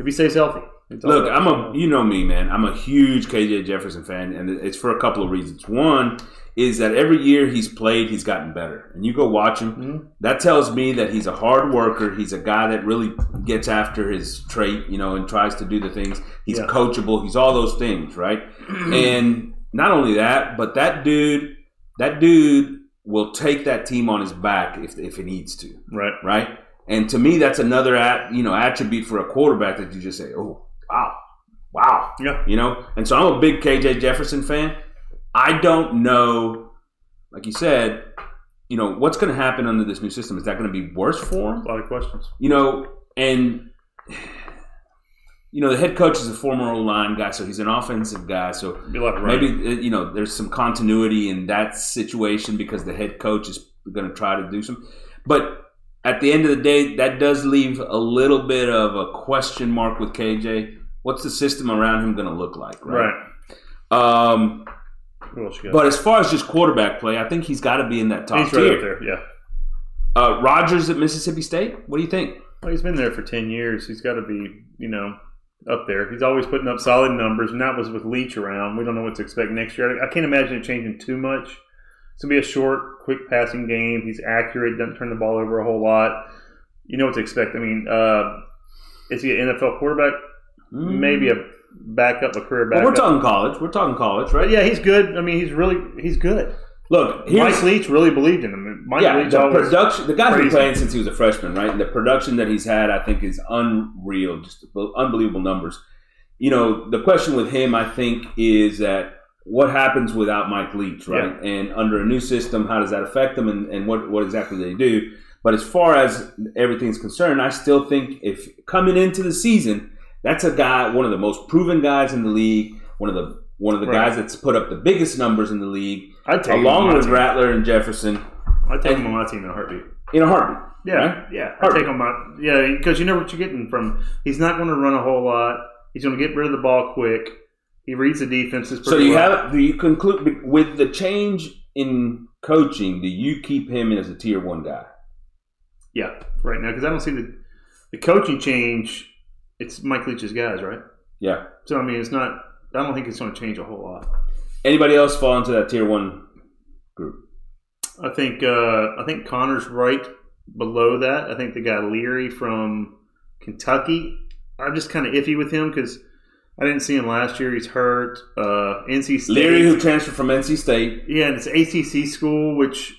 Speaker 3: if he stays healthy. It's all
Speaker 2: Look,
Speaker 3: about-
Speaker 2: I'm a you know me, man. I'm a huge KJ Jefferson fan, and it's for a couple of reasons. One is that every year he's played, he's gotten better, and you go watch him.
Speaker 3: Mhm.
Speaker 2: That tells me that he's a hard worker. He's a guy that really gets after his trait, you know, and tries to do the things. He's
Speaker 3: Yeah.
Speaker 2: coachable. He's all those things,
Speaker 3: <clears throat>
Speaker 2: right? and not only that, but that dude, that dude will take that team on his back if if it needs to
Speaker 3: right.
Speaker 2: right? And to me, that's another at, you know attribute for a quarterback that you just say, oh wow, wow,
Speaker 3: Yeah.
Speaker 2: you know. And so I'm a big KJ Jefferson fan. I don't know, like you said, you know what's going to happen under this new system. Is that going to be worse for him?
Speaker 3: A lot of questions.
Speaker 2: You know, and <sighs> you know the head coach is a former O line guy, so he's an offensive guy, so
Speaker 3: Be a lot of
Speaker 2: maybe uh, you know there's some continuity in that situation because the head coach is going to try to do some but at the end of the day that does leave a little bit of a question mark with kj what's the system around him going to look like right,
Speaker 3: right.
Speaker 2: um,
Speaker 3: Who else you got?
Speaker 2: but as far as just quarterback play i think he's got to be in that top
Speaker 3: he's right up
Speaker 2: tier
Speaker 3: there. Yeah.
Speaker 2: uh, rogers at mississippi state what do you think
Speaker 3: Well, he's been there for 10 years. He's got to be, you know, up there. He's always putting up solid numbers, and that was with Leach around. We don't know what to expect next year. I can't imagine it changing too much. It's going to be a short, quick passing game. He's accurate, doesn't turn the ball over a whole lot. You know what to expect. I mean, uh, is he an NFL quarterback?
Speaker 2: Mm.
Speaker 3: Maybe a backup, a career
Speaker 2: But
Speaker 3: backup.
Speaker 2: we're talking college we're talking college right
Speaker 3: But yeah, he's good. I mean, he's really he's good.
Speaker 2: look here's,
Speaker 3: Mike Leach really believed in him. Mike
Speaker 2: yeah,
Speaker 3: Leach
Speaker 2: the
Speaker 3: always
Speaker 2: production. The guy's been
Speaker 3: crazy.
Speaker 2: playing since he was a freshman, right? And the production that he's had, I think, is unreal. Just unbelievable numbers. You know, the question with him, I think, is that what happens without Mike Leach, right? And under a new system, how does that affect them, and, and what what exactly do they do? But as far as everything's concerned, I still think if coming into the season, that's a guy, one of the most proven guys in the league, one of the one of the
Speaker 3: Right.
Speaker 2: guys that's put up the biggest numbers in the league,
Speaker 3: I'd take him on
Speaker 2: along
Speaker 3: my
Speaker 2: with
Speaker 3: team.
Speaker 2: Rattler and Jefferson,
Speaker 3: I'd take him on my team in a heartbeat.
Speaker 2: in a heartbeat.
Speaker 3: Yeah,
Speaker 2: Right?
Speaker 3: yeah. I
Speaker 2: Perfect.
Speaker 3: take him out. Yeah, because you know what you're getting from. He's not going to run a whole lot. He's going to get rid of the ball quick. He reads the defenses. Pretty
Speaker 2: So you
Speaker 3: well.
Speaker 2: have do you conclude with the change in coaching? Do you keep him as a tier one guy?
Speaker 3: yeah right now because I don't see the the coaching change. It's Mike Leach's guys, right?
Speaker 2: Yeah.
Speaker 3: So I mean, it's not. I don't think it's going to change a whole lot.
Speaker 2: Anybody else fall into that tier one group?
Speaker 3: I think uh, I think Connor's right below that. I think the guy Leary from Kentucky. I'm just kind of iffy with him because I didn't see him last year. He's hurt. Uh, NC State.
Speaker 2: Leary, who transferred from NC State,
Speaker 3: Yeah, and it's ACC school, which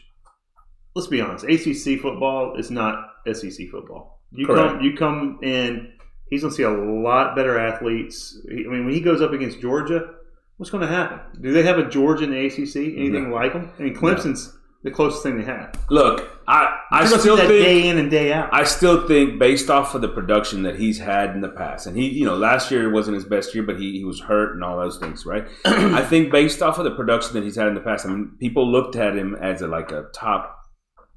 Speaker 3: let's be honest, ACC football is not SEC football. You
Speaker 2: Correct.
Speaker 3: come, you come in, he's going to see a lot better athletes. I mean, when he goes up against Georgia, what's going to happen? Do they have a Georgia in the ACC? Anything like them? I mean, Clemson's the closest thing they have.
Speaker 2: Look, I I
Speaker 3: You're gonna see
Speaker 2: still
Speaker 3: that
Speaker 2: think
Speaker 3: day in and day out.
Speaker 2: I still think based off of the production that he's had in the past, and he, you know, last year wasn't his best year, but he, he was hurt and all those things,
Speaker 3: <clears throat>
Speaker 2: right? I think based off of the production that he's had in the past, I mean, people looked at him as a, like a top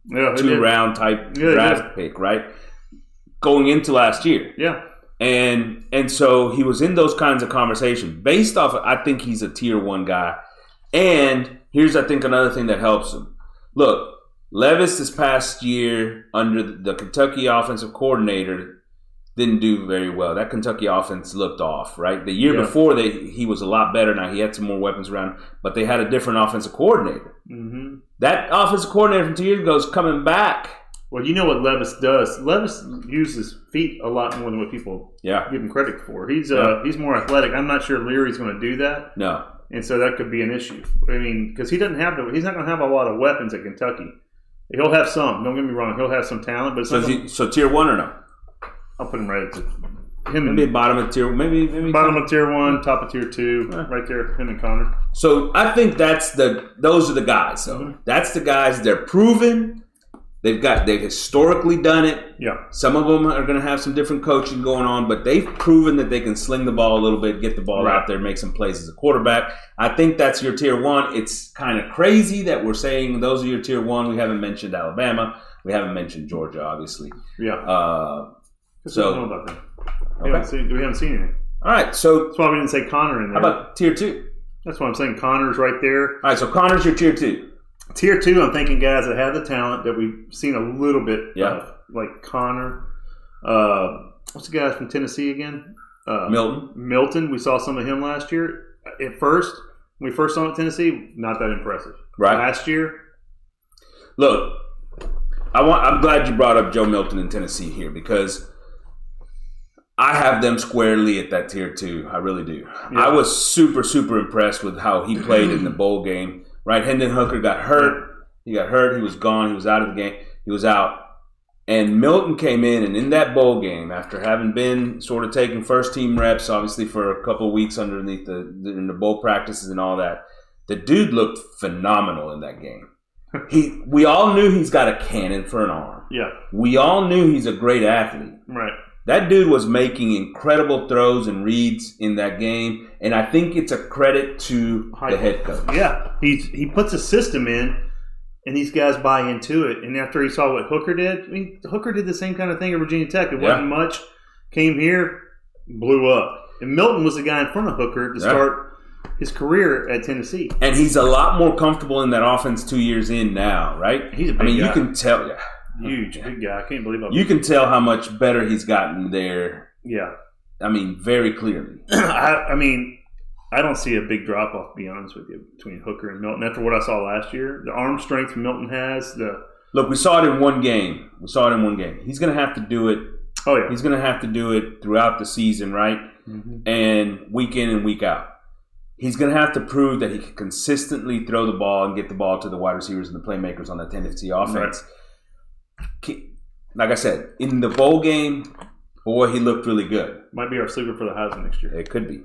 Speaker 3: yeah, they
Speaker 2: two
Speaker 3: did.
Speaker 2: round type
Speaker 3: Yeah,
Speaker 2: draft pick, right? Going into last year,
Speaker 3: Yeah,
Speaker 2: and and so he was in those kinds of conversations. Based off, I think he's a tier one guy. And here's I think another thing that helps him. Look, Levis this past year under the, the Kentucky offensive coordinator didn't do very well. That Kentucky offense looked off, right? The year
Speaker 3: Yeah.
Speaker 2: before they he was a lot better. Now he had some more weapons around, but they had a different offensive coordinator.
Speaker 3: hmm
Speaker 2: That offensive coordinator from two years ago is coming back.
Speaker 3: Well, you know what Levis does. Levis uses feet a lot more than what people
Speaker 2: Yeah.
Speaker 3: give him credit for. He's uh, he's more athletic. I'm not sure Leary's going to do that,
Speaker 2: No.
Speaker 3: and so that could be an issue. I mean, because he doesn't have the, he's not going to have a lot of weapons at Kentucky. He'll have some. Don't get me wrong. He'll have some talent, but
Speaker 2: So,
Speaker 3: some,
Speaker 2: is he, so tier one or no?
Speaker 3: I'll put him right at the- him
Speaker 2: Maybe
Speaker 3: and
Speaker 2: bottom of tier. Maybe maybe
Speaker 3: Hmm. bottom of tier one, top of tier two,
Speaker 2: Yeah.
Speaker 3: right there. Him and Connor.
Speaker 2: So I think that's the those are the guys. So
Speaker 3: Mhm.
Speaker 2: that's the guys. They're proven. They've got they've historically done it.
Speaker 3: Yeah,
Speaker 2: Some of them are going to have some different coaching going on, but they've proven that they can sling the ball a little bit, get the ball
Speaker 3: Right.
Speaker 2: out there, make some plays as a quarterback. I think that's your tier one. It's kind of crazy that we're saying those are your tier one. We haven't mentioned Alabama. We haven't mentioned Georgia, obviously.
Speaker 3: yeah.
Speaker 2: Uh,
Speaker 3: So
Speaker 2: So-
Speaker 3: know about that. We,
Speaker 2: Okay.
Speaker 3: haven't seen, we haven't seen anything.
Speaker 2: all right. So
Speaker 3: That's why we didn't say Connor in
Speaker 2: how
Speaker 3: there.
Speaker 2: about tier two?
Speaker 3: That's why I'm saying Connor's right there.
Speaker 2: All right. So Connor's your tier two.
Speaker 3: Tier two, I'm thinking guys that have the talent that we've seen a little bit
Speaker 2: Yeah.
Speaker 3: of, like Connor. Uh, what's the guy from Tennessee again? Uh,
Speaker 2: Milton.
Speaker 3: Milton. We saw some of him last year. At first, when we first saw him at Tennessee, not that impressive.
Speaker 2: Right.
Speaker 3: Last year,
Speaker 2: Look, I want. I'm glad you brought up Joe Milton in Tennessee here because I have them squarely at that tier two. I really do.
Speaker 3: Yeah.
Speaker 2: I was super super impressed with how he played in the bowl game. Right, Hendon Hooker got hurt. He got hurt. He was gone. He was out of the game. He was out. And Milton came in, and in that bowl game, after having been sort of taking first team reps, obviously for a couple weeks underneath the in the bowl practices and all that, the dude looked phenomenal in that game. He, we all knew he's got a cannon for an arm.
Speaker 3: yeah,
Speaker 2: We all knew he's a great athlete.
Speaker 3: right.
Speaker 2: That dude was making incredible throws and reads in that game, and I think it's a credit to the head coach.
Speaker 3: Yeah, he's he puts a system in, and these guys buy into it. And after he saw what Hooker did, I mean, Hooker did the same kind of thing at Virginia Tech. It
Speaker 2: Yeah.
Speaker 3: wasn't much. Came here, blew up. And Milton was the guy in front of Hooker to
Speaker 2: Yeah.
Speaker 3: start his career at Tennessee.
Speaker 2: And he's a lot more comfortable in that offense two years in now, right?
Speaker 3: He's a big
Speaker 2: I mean,
Speaker 3: guy.
Speaker 2: you can tell.
Speaker 3: Huge, big guy. I can't believe I.
Speaker 2: You can tell how much better he's gotten there.
Speaker 3: yeah,
Speaker 2: I mean, very clearly.
Speaker 3: <clears throat> I, I mean, I don't see a big drop off. Be honest with you, between Hooker and Milton. After what I saw last year, the arm strength Milton has, the
Speaker 2: Look, we saw it in one game. We saw it in one game. He's going to have to do it.
Speaker 3: oh yeah,
Speaker 2: He's going to have to do it throughout the season, right?
Speaker 3: Mhm.
Speaker 2: and week in and week out. He's going to have to prove that he can consistently throw the ball and get the ball to the wide receivers and the playmakers on that Tennessee offense. Ki- Like I said, in the bowl game, boy, he looked really good.
Speaker 3: might be our sleeper for the Heisman next year.
Speaker 2: It could be.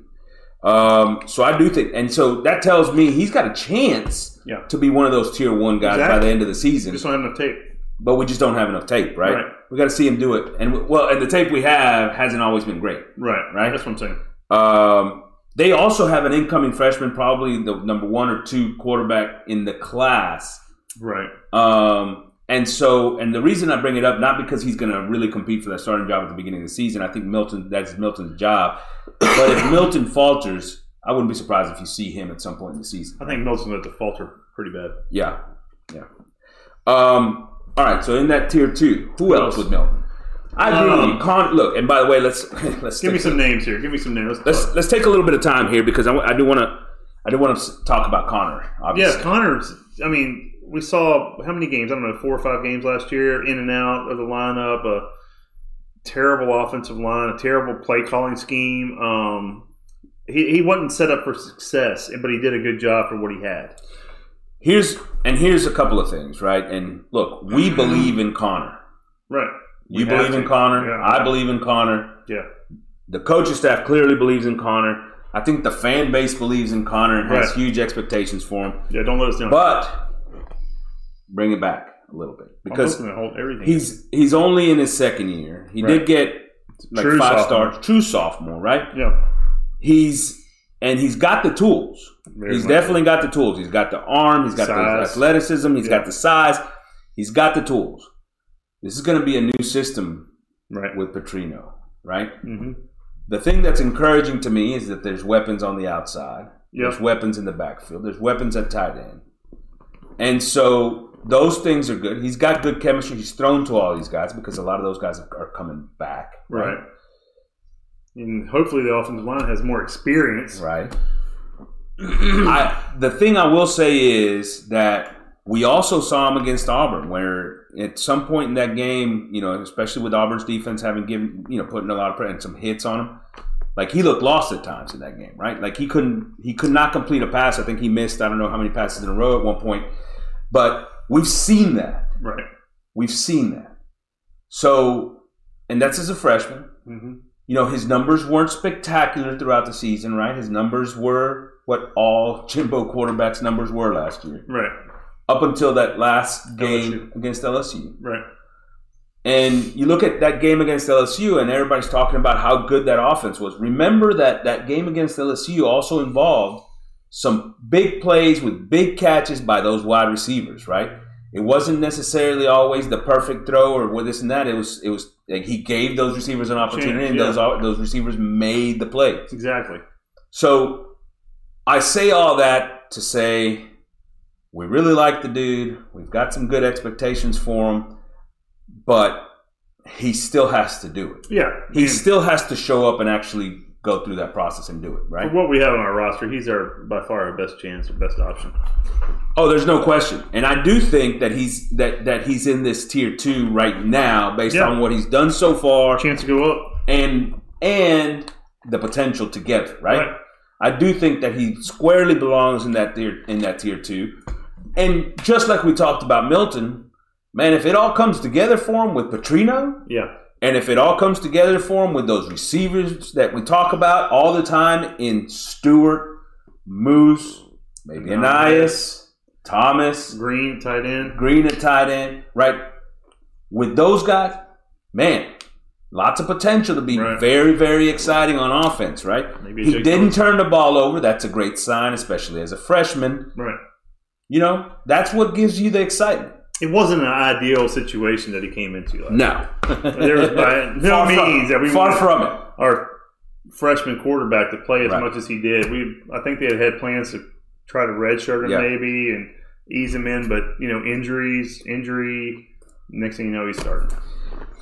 Speaker 2: Um, so I do think, and so that tells me he's got a chance
Speaker 3: Yeah.
Speaker 2: to be one of those tier one guys by
Speaker 3: Exactly.
Speaker 2: the end of the season.
Speaker 3: Just don't have enough tape.
Speaker 2: But we just don't have enough tape, right?
Speaker 3: Right.
Speaker 2: We got to see him do it, and we, well, and the tape we have hasn't always been great.
Speaker 3: Right,
Speaker 2: Right?
Speaker 3: That's what I'm saying.
Speaker 2: Um, they also have an incoming freshman, probably the number one or two quarterback in the class.
Speaker 3: Right.
Speaker 2: Um, and so, and the reason I bring it up, not because he's going to really compete for that starting job at the beginning of the season. I think Milton, that's Milton's job. But if Milton falters, I wouldn't be surprised if you see him at some point in the season.
Speaker 3: I think Milton's going to falter pretty bad.
Speaker 2: Yeah, yeah. Um, all right. So in that tier two, who else with Milton? I agree. with you.
Speaker 3: Um,
Speaker 2: Con- look, and by the way, let's <laughs> let's
Speaker 3: Give me
Speaker 2: stick-
Speaker 3: some names here. Give me some names.
Speaker 2: let's let's take a little bit of time here because I, wa- I do want to I do want to talk about Connor. Obviously.
Speaker 3: yeah, Connor's. I mean, we saw how many games? I don't know, four or five games last year, in and out of the lineup. A terrible offensive line, a terrible play calling scheme. Um, he, he wasn't set up for success, but he did a good job for what he had.
Speaker 2: here's and here's a couple of things, right? And look, we believe in Connor.
Speaker 3: Right.
Speaker 2: You
Speaker 3: Mm-hmm. We have
Speaker 2: believe in
Speaker 3: to.
Speaker 2: Connor.
Speaker 3: Yeah.
Speaker 2: I believe in Connor.
Speaker 3: Yeah.
Speaker 2: The coaching staff clearly believes in Connor. I think the fan base believes in Connor and has
Speaker 3: Right.
Speaker 2: huge expectations for him.
Speaker 3: Yeah. Don't let us down.
Speaker 2: But bring it back a little bit
Speaker 3: I'm
Speaker 2: because
Speaker 3: hoping to hold everything.
Speaker 2: he's he's only in his second year. He did
Speaker 3: Right.
Speaker 2: get like
Speaker 3: True
Speaker 2: five
Speaker 3: sophomore.
Speaker 2: star true sophomore, right?
Speaker 3: yeah.
Speaker 2: He's and he's got the tools.
Speaker 3: Very
Speaker 2: he's
Speaker 3: much.
Speaker 2: definitely got the tools. He's got the arm. He's got the
Speaker 3: Size.
Speaker 2: athleticism. He's got
Speaker 3: Yeah.
Speaker 2: the size. He's got the tools. This is going to be a new system
Speaker 3: right.
Speaker 2: with Petrino, right?
Speaker 3: hmm
Speaker 2: The thing that's encouraging to me is that there's weapons on the outside.
Speaker 3: Yeah.
Speaker 2: There's weapons in the backfield. There's weapons at tight end. And so those things are good. He's got good chemistry. He's thrown to all these guys because a lot of those guys are- are coming back.
Speaker 3: Right. And hopefully the offensive line has more experience.
Speaker 2: Right. <clears throat> I, the thing I will say is that we also saw him against Auburn, where at some point in that game, you know, especially with Auburn's defense having given, you know, putting a lot of pressure and some hits on him, like he looked lost at times in that game, right? Like he couldn't, he could not complete a pass. I think he missed, I don't know how many passes in a row at one point, but we've seen that.
Speaker 3: Right.
Speaker 2: We've seen that. So, and that's as a freshman
Speaker 3: hmm
Speaker 2: you know, his numbers weren't spectacular throughout the season, right? His numbers were what all Jimbo quarterbacks' numbers were last year,
Speaker 3: Right.
Speaker 2: up until that last game
Speaker 3: LSU.
Speaker 2: against LSU.
Speaker 3: Right.
Speaker 2: And you look at that game against LSU, and everybody's talking about how good that offense was. Remember that that game against LSU also involved some big plays with big catches by those wide receivers, right? It wasn't necessarily always the perfect throw or with this and that. It was it was like he gave those receivers an opportunity, and
Speaker 3: yeah.
Speaker 2: those those those receivers made the play.
Speaker 3: Exactly.
Speaker 2: So I say all that to say we really like the dude. We've got some good expectations for him, but he still has to do it.
Speaker 3: Yeah.
Speaker 2: He
Speaker 3: And
Speaker 2: still has to show up and actually go through that process and do it,
Speaker 3: for
Speaker 2: right?
Speaker 3: what we have on our roster, he's our by far our best chance, our best option.
Speaker 2: Oh, there's no question. And I do think that he's that that he's in this tier 2 right now based
Speaker 3: Yeah.
Speaker 2: on what he's done so far
Speaker 3: Chance to go up.
Speaker 2: and and the potential to get it, right?
Speaker 3: Right.
Speaker 2: I do think that he squarely belongs in that tier in that tier two. And just like we talked about Milton, man, if it all comes together for him with Petrino,
Speaker 3: Yeah.
Speaker 2: and if it all comes together for him with those receivers that we talk about all the time in Stewart, Moose, maybe Anias, Thomas,
Speaker 3: Green tight end.
Speaker 2: Green at tight end, right? With those guys, man, lots of potential to be
Speaker 3: Right.
Speaker 2: very, very exciting on offense, right?
Speaker 3: Maybe a
Speaker 2: he
Speaker 3: Jake
Speaker 2: didn't turn the ball over. That's a great sign, especially as a freshman.
Speaker 3: Right.
Speaker 2: You know, that's what gives you the excitement.
Speaker 3: It wasn't an ideal situation that he came into. Like,
Speaker 2: No.
Speaker 3: There was by
Speaker 2: <laughs>
Speaker 3: no
Speaker 2: far
Speaker 3: means that
Speaker 2: from,
Speaker 3: we
Speaker 2: far
Speaker 3: wanted-
Speaker 2: from it.
Speaker 3: our freshman quarterback to play as
Speaker 2: Right.
Speaker 3: much as he did. We I think they had had plans to try to redshirt him
Speaker 2: Yeah.
Speaker 3: maybe and ease him in, but you know injuries, injury. Next thing you know, he's starting.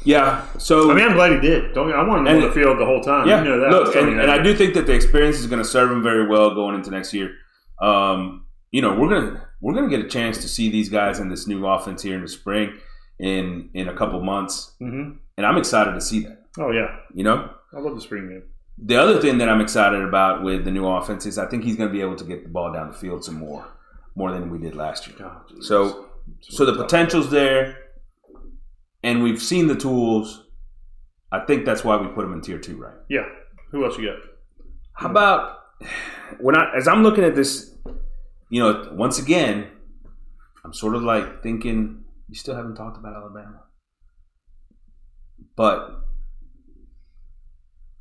Speaker 2: Yeah. So
Speaker 3: I mean, I'm glad he did. Don't I wanted him
Speaker 2: And-
Speaker 3: on the field the whole time.
Speaker 2: Yeah,
Speaker 3: you know that.
Speaker 2: look,
Speaker 3: So,
Speaker 2: and,
Speaker 3: you know,
Speaker 2: and I do think that the experience is going to serve him very well going into next year. Um, you know, we're gonna we're gonna get a chance to see these guys in this new offense here in the spring in in a couple months,
Speaker 3: Mhm.
Speaker 2: and I'm excited to see that.
Speaker 3: Oh yeah,
Speaker 2: You know,
Speaker 3: I love the spring game.
Speaker 2: the other thing that I'm excited about with the new offense is I think he's going to be able to get the ball down the field some more, more than we did last year.
Speaker 3: God, Jesus.
Speaker 2: So, so the potential's there, and we've seen the tools. I think that's why we put him in tier two, right?
Speaker 3: yeah. Who else you got?
Speaker 2: How about when I as I'm looking at this, you know, once again, I'm sort of like thinking you still haven't talked about Alabama. But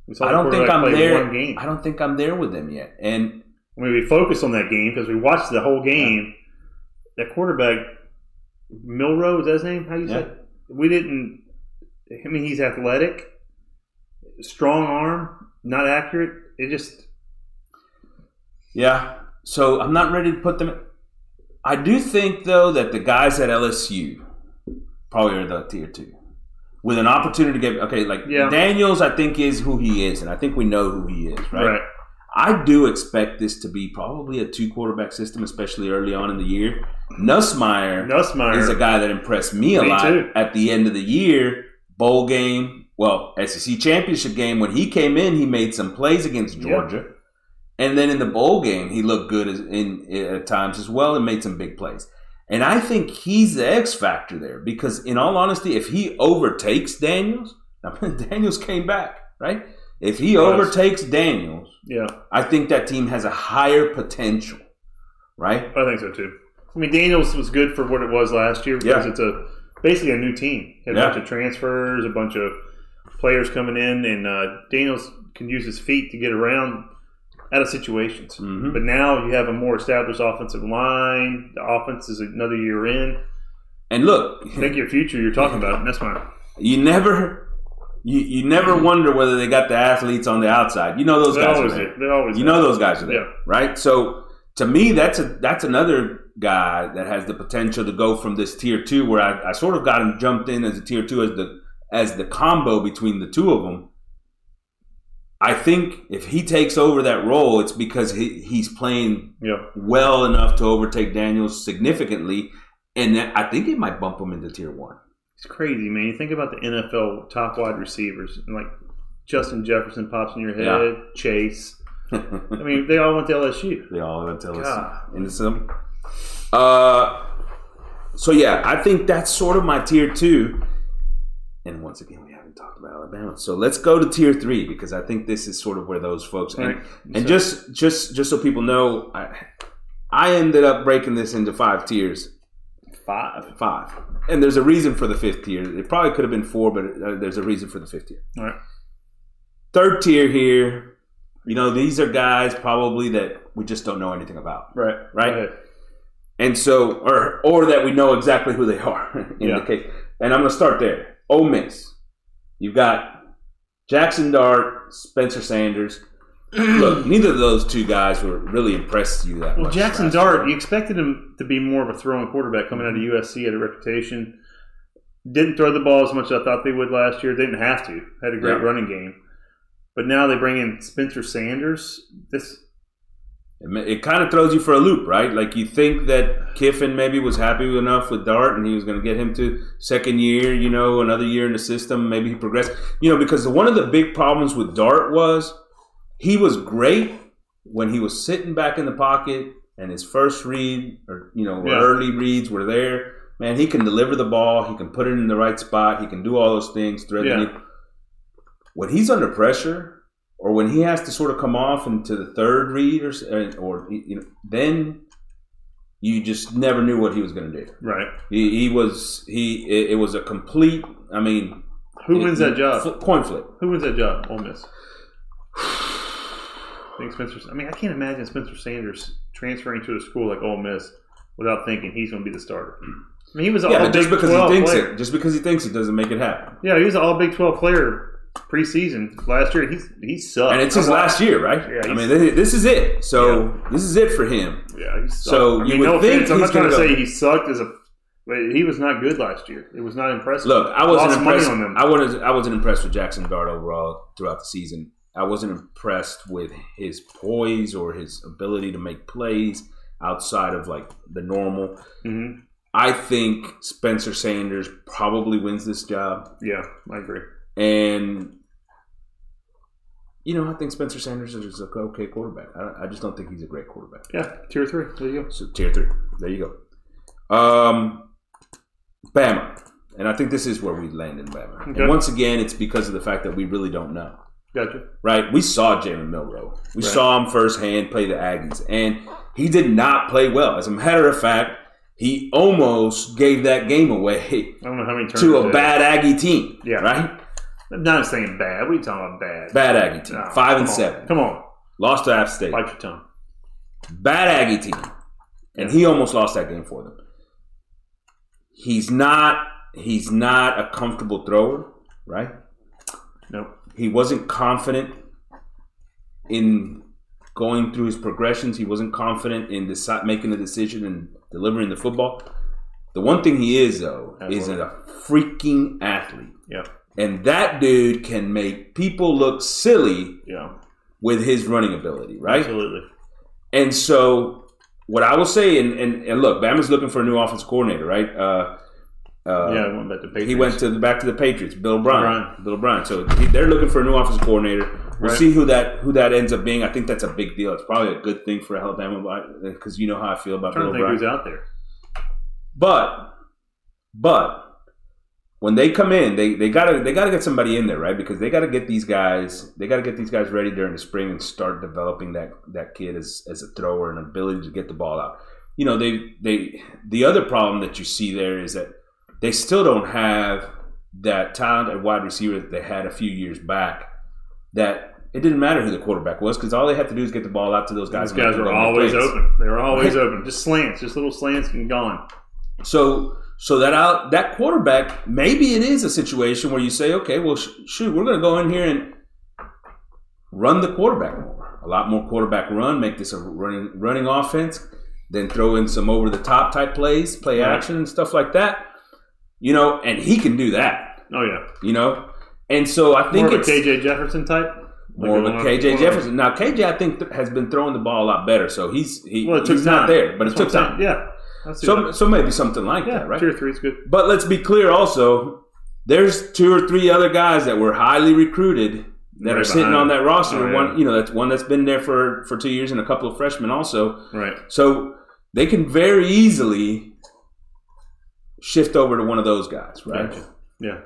Speaker 3: We saw
Speaker 2: I
Speaker 3: the
Speaker 2: don't think
Speaker 3: quarterback
Speaker 2: I'm
Speaker 3: play
Speaker 2: there.
Speaker 3: One game.
Speaker 2: I don't think I'm there with them yet. And
Speaker 3: I mean, we focused on that game because we watched the whole game. That quarterback, Milrow, is that his name? How you say?
Speaker 2: Yeah.
Speaker 3: it? We didn't. I mean, he's athletic, strong arm, not accurate. It just
Speaker 2: yeah, so I'm not ready to put them. I do think though that the guys at LSU probably are the tier two. With an opportunity to get okay, like
Speaker 3: Yeah.
Speaker 2: Daniels, I think is who he is, and I think we know who he is, right? I do expect this to be probably a two quarterback system, especially early on in the year. Nussmeyer
Speaker 3: Nussmeyer.
Speaker 2: is a guy that impressed me a
Speaker 3: Me
Speaker 2: lot
Speaker 3: too.
Speaker 2: at the end of the year. Bowl E game, well, SEC championship game. When he came in, he made some plays against
Speaker 3: Yeah.
Speaker 2: Georgia. And then in the bowl game, he looked good as, in, at times as well and made some big plays. And I think he's the X factor there because, in all honesty, if he overtakes Daniels, <laughs> I mean, Daniels came back, right? If he
Speaker 3: Yes.
Speaker 2: overtakes Daniels,
Speaker 3: Yeah,
Speaker 2: I think that team has a higher potential, right?
Speaker 3: I think so too. I mean, Daniels was good for what it was last year because
Speaker 2: Yeah.
Speaker 3: it's a basically a new team. Had a
Speaker 2: Yeah.
Speaker 3: bunch of transfers, a bunch of players coming in, and uh, Daniels can use his feet to get around out of situations.
Speaker 2: Mhm.
Speaker 3: But now you have a more established offensive line. The offense is another year in.
Speaker 2: And look,
Speaker 3: Think your future. You're talking about, and that's mine.
Speaker 2: you never, you, you never wonder whether they got the athletes on the outside. You know those
Speaker 3: Mm-hmm. They
Speaker 2: guys are
Speaker 3: always
Speaker 2: there.
Speaker 3: do. They always
Speaker 2: You
Speaker 3: do.
Speaker 2: know those guys are there,
Speaker 3: Yeah.
Speaker 2: right? So to me, that's a that's another guy that has the potential to go from this tier two, where I, I sort of got him jumped in as a tier two as the as the combo between the two of them. I think if he takes over that role, it's because he, he's playing
Speaker 3: Yeah,
Speaker 2: well enough to overtake Daniels significantly, and that, I think it might bump him into tier one.
Speaker 3: it's crazy, man. You think about the NFL top wide receivers, and like Justin Jefferson pops in your head.
Speaker 2: Yeah.
Speaker 3: Chase. I mean, they all went to LSU.
Speaker 2: They all went to
Speaker 3: God.
Speaker 2: LSU. Into some. Uh, so yeah, I think that's sort of my tier two. And once again, we haven't talked about Alabama, so let's go to tier three because I think this is sort of where those folks. And,
Speaker 3: Right.
Speaker 2: and just just just so people know, I, I ended up breaking this into five tiers
Speaker 3: Five.
Speaker 2: five. And there's a reason for the fifth tier. It probably could have been four, but uh, there's a reason for the fifth tier.
Speaker 3: All right.
Speaker 2: Third tier here, you know, these are guys probably that we just don't know anything about,
Speaker 3: Right.
Speaker 2: right? And so, or or that we know exactly who they are <laughs> in
Speaker 3: Yeah.
Speaker 2: the case. And I'm going to start there. Ole Miss, you've got Jackson Dart, Spencer Sanders. <clears throat> Look, neither of those two guys were really impressed you that
Speaker 3: Well,
Speaker 2: much.
Speaker 3: Jackson
Speaker 2: last
Speaker 3: Dart,
Speaker 2: year.
Speaker 3: you expected him to be more of a throwing quarterback coming out of USC at a reputation. Didn't throw the ball as much as I thought they would last year. Didn't have to. Had a great
Speaker 2: Yeah.
Speaker 3: running game. But now they bring in Spencer Sanders. This
Speaker 2: It, ma- it kind of throws you for a loop, right? Like you think that Kiffin maybe was happy enough with Dart and he was going to get him to second year, you know, another year in the system. Maybe he progressed, you know, because one of the big problems with Dart was he was great when he was sitting back in the pocket and his first read or, you know,
Speaker 3: Yeah.
Speaker 2: early reads were there. Man, he can deliver the ball. He can put it in the right spot. He can do all those things, thread the
Speaker 3: Yeah.
Speaker 2: needle. When he's under pressure, or when he has to sort of come off into the third read or s- or, or you know, then you just never knew what he was going to do.
Speaker 3: right.
Speaker 2: He, he was he it, it was a complete. I mean,
Speaker 3: Who
Speaker 2: it-
Speaker 3: wins that job?
Speaker 2: fl- coin flip.
Speaker 3: Who wins that job? Ole Miss. <sighs> I think Spencer. I mean, I can't imagine Spencer Sanders transferring to a school like Ole Miss without thinking he's going to be the starter. I mean, he was an
Speaker 2: Yeah,
Speaker 3: all
Speaker 2: just
Speaker 3: Big
Speaker 2: because he
Speaker 3: 12
Speaker 2: thinks
Speaker 3: player.
Speaker 2: it, just because he thinks it doesn't make it happen.
Speaker 3: Yeah, he was an all Big Twelve player preseason last year. He's he sucked.
Speaker 2: And it's his
Speaker 3: I'm like,
Speaker 2: last year, right?
Speaker 3: Uh, Yeah,
Speaker 2: I mean,
Speaker 3: he's-
Speaker 2: th- this is it. So this is it for him.
Speaker 3: Yeah, he sucked.
Speaker 2: So
Speaker 3: I
Speaker 2: you
Speaker 3: mean,
Speaker 2: would
Speaker 3: no
Speaker 2: think
Speaker 3: offense. I'm
Speaker 2: he's
Speaker 3: not trying to
Speaker 2: gonna go-
Speaker 3: say he sucked as a. But he was not good last year. It was not impressive.
Speaker 2: Look, I wasn't
Speaker 3: Lost
Speaker 2: impressed.
Speaker 3: money on him.
Speaker 2: I wasn't. I wasn't impressed with Jackson Dart overall throughout the season. I wasn't impressed with his poise or his ability to make plays outside of like the normal.
Speaker 3: hmm
Speaker 2: I think Spencer Sanders probably wins this job,
Speaker 3: Yeah, I agree.
Speaker 2: and you know I think Spencer Sanders is an okay quarterback. I, I just don't think he's a great quarterback.
Speaker 3: Yeah, tier three. There you go.
Speaker 2: So tier three. There you go. Um, Bama, and I think this is where we land in Bama.
Speaker 3: Okay.
Speaker 2: And once again, it's because of the fact that we really don't know,
Speaker 3: Gotcha.
Speaker 2: right? We saw Jalen Milrow. We
Speaker 3: Right.
Speaker 2: saw him firsthand play the Aggies, and he did not play well. As a matter of fact, he almost gave that game away <laughs>
Speaker 3: I don't know how many turns
Speaker 2: to a
Speaker 3: it-
Speaker 2: bad Aggie team.
Speaker 3: Yeah.
Speaker 2: right.
Speaker 3: I'm not saying bad. What are you talking about? Bad.
Speaker 2: Bad Aggie team.
Speaker 3: No,
Speaker 2: Five
Speaker 3: come
Speaker 2: and
Speaker 3: on.
Speaker 2: seven.
Speaker 3: Come on,
Speaker 2: Lost to App State.
Speaker 3: bite your tongue.
Speaker 2: bad Aggie team, and he almost lost that game for them. He's not he's not a comfortable thrower, right?
Speaker 3: No.
Speaker 2: He wasn't confident in going through his progressions. He wasn't confident in deci- making a decision and delivering the football. The one thing he is though is
Speaker 3: Athlete.
Speaker 2: a freaking athlete.
Speaker 3: Yeah.
Speaker 2: And that dude can make people look silly
Speaker 3: Yeah.
Speaker 2: with his running ability, right?
Speaker 3: Absolutely.
Speaker 2: And so, what I will say, and, and, and look, Bama's looking for a new offense coordinator, right? Uh, Uh,
Speaker 3: yeah, went back to Patriots.
Speaker 2: He went to the, back to the Patriots. Bill O'Brien.
Speaker 3: O'Brien.
Speaker 2: Bill O'Brien. So he, they're looking for a new offensive coordinator. We'll
Speaker 3: Right.
Speaker 2: see who that who that ends up being. I think that's a big deal. It's probably a good thing for Alabama because you know how I feel about
Speaker 3: I'm trying
Speaker 2: Bill
Speaker 3: to think who's
Speaker 2: O'Brien.
Speaker 3: out there.
Speaker 2: But but when they come in, they, they gotta they gotta get somebody in there, right? Because they gotta get these guys they gotta get these guys ready during the spring and start developing that that kid as as a thrower and ability to get the ball out. You know, they they the other problem that you see there is that they still don't have that talent at wide receiver that they had a few years back. That it didn't matter who the quarterback was because all they had to do is get the ball out to those guys. and
Speaker 3: These
Speaker 2: let
Speaker 3: guys
Speaker 2: them
Speaker 3: were
Speaker 2: go on the
Speaker 3: always
Speaker 2: plays.
Speaker 3: open. They
Speaker 2: <laughs>
Speaker 3: were always open. Just slants, just little slants and gone.
Speaker 2: So so that out that quarterback maybe it is a situation where you say, okay, well sh- shoot, we're going to go in here and run the quarterback more, a lot more quarterback run, make this a running running offense, then throw in some over the top type plays, play
Speaker 3: Right.
Speaker 2: action and stuff like that. You know, and he can do that.
Speaker 3: Oh yeah,
Speaker 2: You know. And so I think
Speaker 3: more
Speaker 2: it's
Speaker 3: of a KJ Jefferson type. Like
Speaker 2: more of
Speaker 3: one
Speaker 2: a
Speaker 3: of-
Speaker 2: KJ
Speaker 3: one of-
Speaker 2: Jefferson. Now KJ, I think th- has been throwing the ball a lot better, so he's he,
Speaker 3: Well, it took
Speaker 2: he's not
Speaker 3: time.
Speaker 2: there, but it took
Speaker 3: That's what I'm
Speaker 2: time.
Speaker 3: saying. Yeah, I see
Speaker 2: So
Speaker 3: that.
Speaker 2: so maybe something like
Speaker 3: yeah,
Speaker 2: that, right?
Speaker 3: two or three is good.
Speaker 2: But let's be clear also, there's two or three other guys that were highly recruited that
Speaker 3: Right
Speaker 2: are sitting
Speaker 3: behind
Speaker 2: on
Speaker 3: him.
Speaker 2: that roster.
Speaker 3: Oh, yeah.
Speaker 2: One, you know, that's one that's been there for, for two years and a couple of freshmen also.
Speaker 3: Right.
Speaker 2: So they can very easily shift over to one of those guys, right?
Speaker 3: Gotcha. Yeah.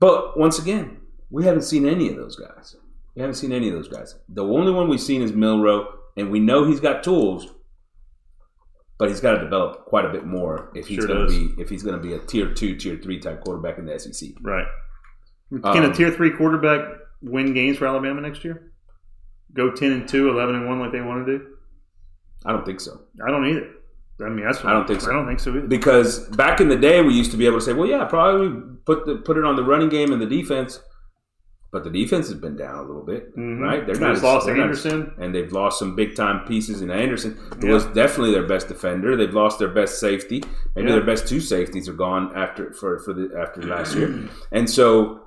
Speaker 2: But once again, we haven't seen any of those guys. We haven't seen any of those guys. The only one we've seen is Milrow, and we know he's got tools, but he's got to develop quite a bit more if he's
Speaker 3: Sure
Speaker 2: going
Speaker 3: does.
Speaker 2: to be if he's going to be a tier two, tier three type quarterback in the E SEC.
Speaker 3: Right. Can
Speaker 2: Um,
Speaker 3: a tier three quarterback win games for Alabama next year? Go ten and 2, 11 and one, like they want to do?
Speaker 2: I don't think so
Speaker 3: I don't either. I mean, that's
Speaker 2: I don't think so.
Speaker 3: I don't think so either.
Speaker 2: because back in the day we used to be able to say, well, yeah, probably put the put it on the running game and the defense, but the defense has been down a little bit,
Speaker 3: Mhm.
Speaker 2: right?
Speaker 3: They just lost
Speaker 2: they're
Speaker 3: Anderson.
Speaker 2: and they've lost some big time pieces in Anderson, who
Speaker 3: Yeah.
Speaker 2: was definitely their best defender. They've lost their best safety. Maybe
Speaker 3: Yeah.
Speaker 2: their best two safeties are gone after for for the after last
Speaker 3: <clears throat>
Speaker 2: year. And so,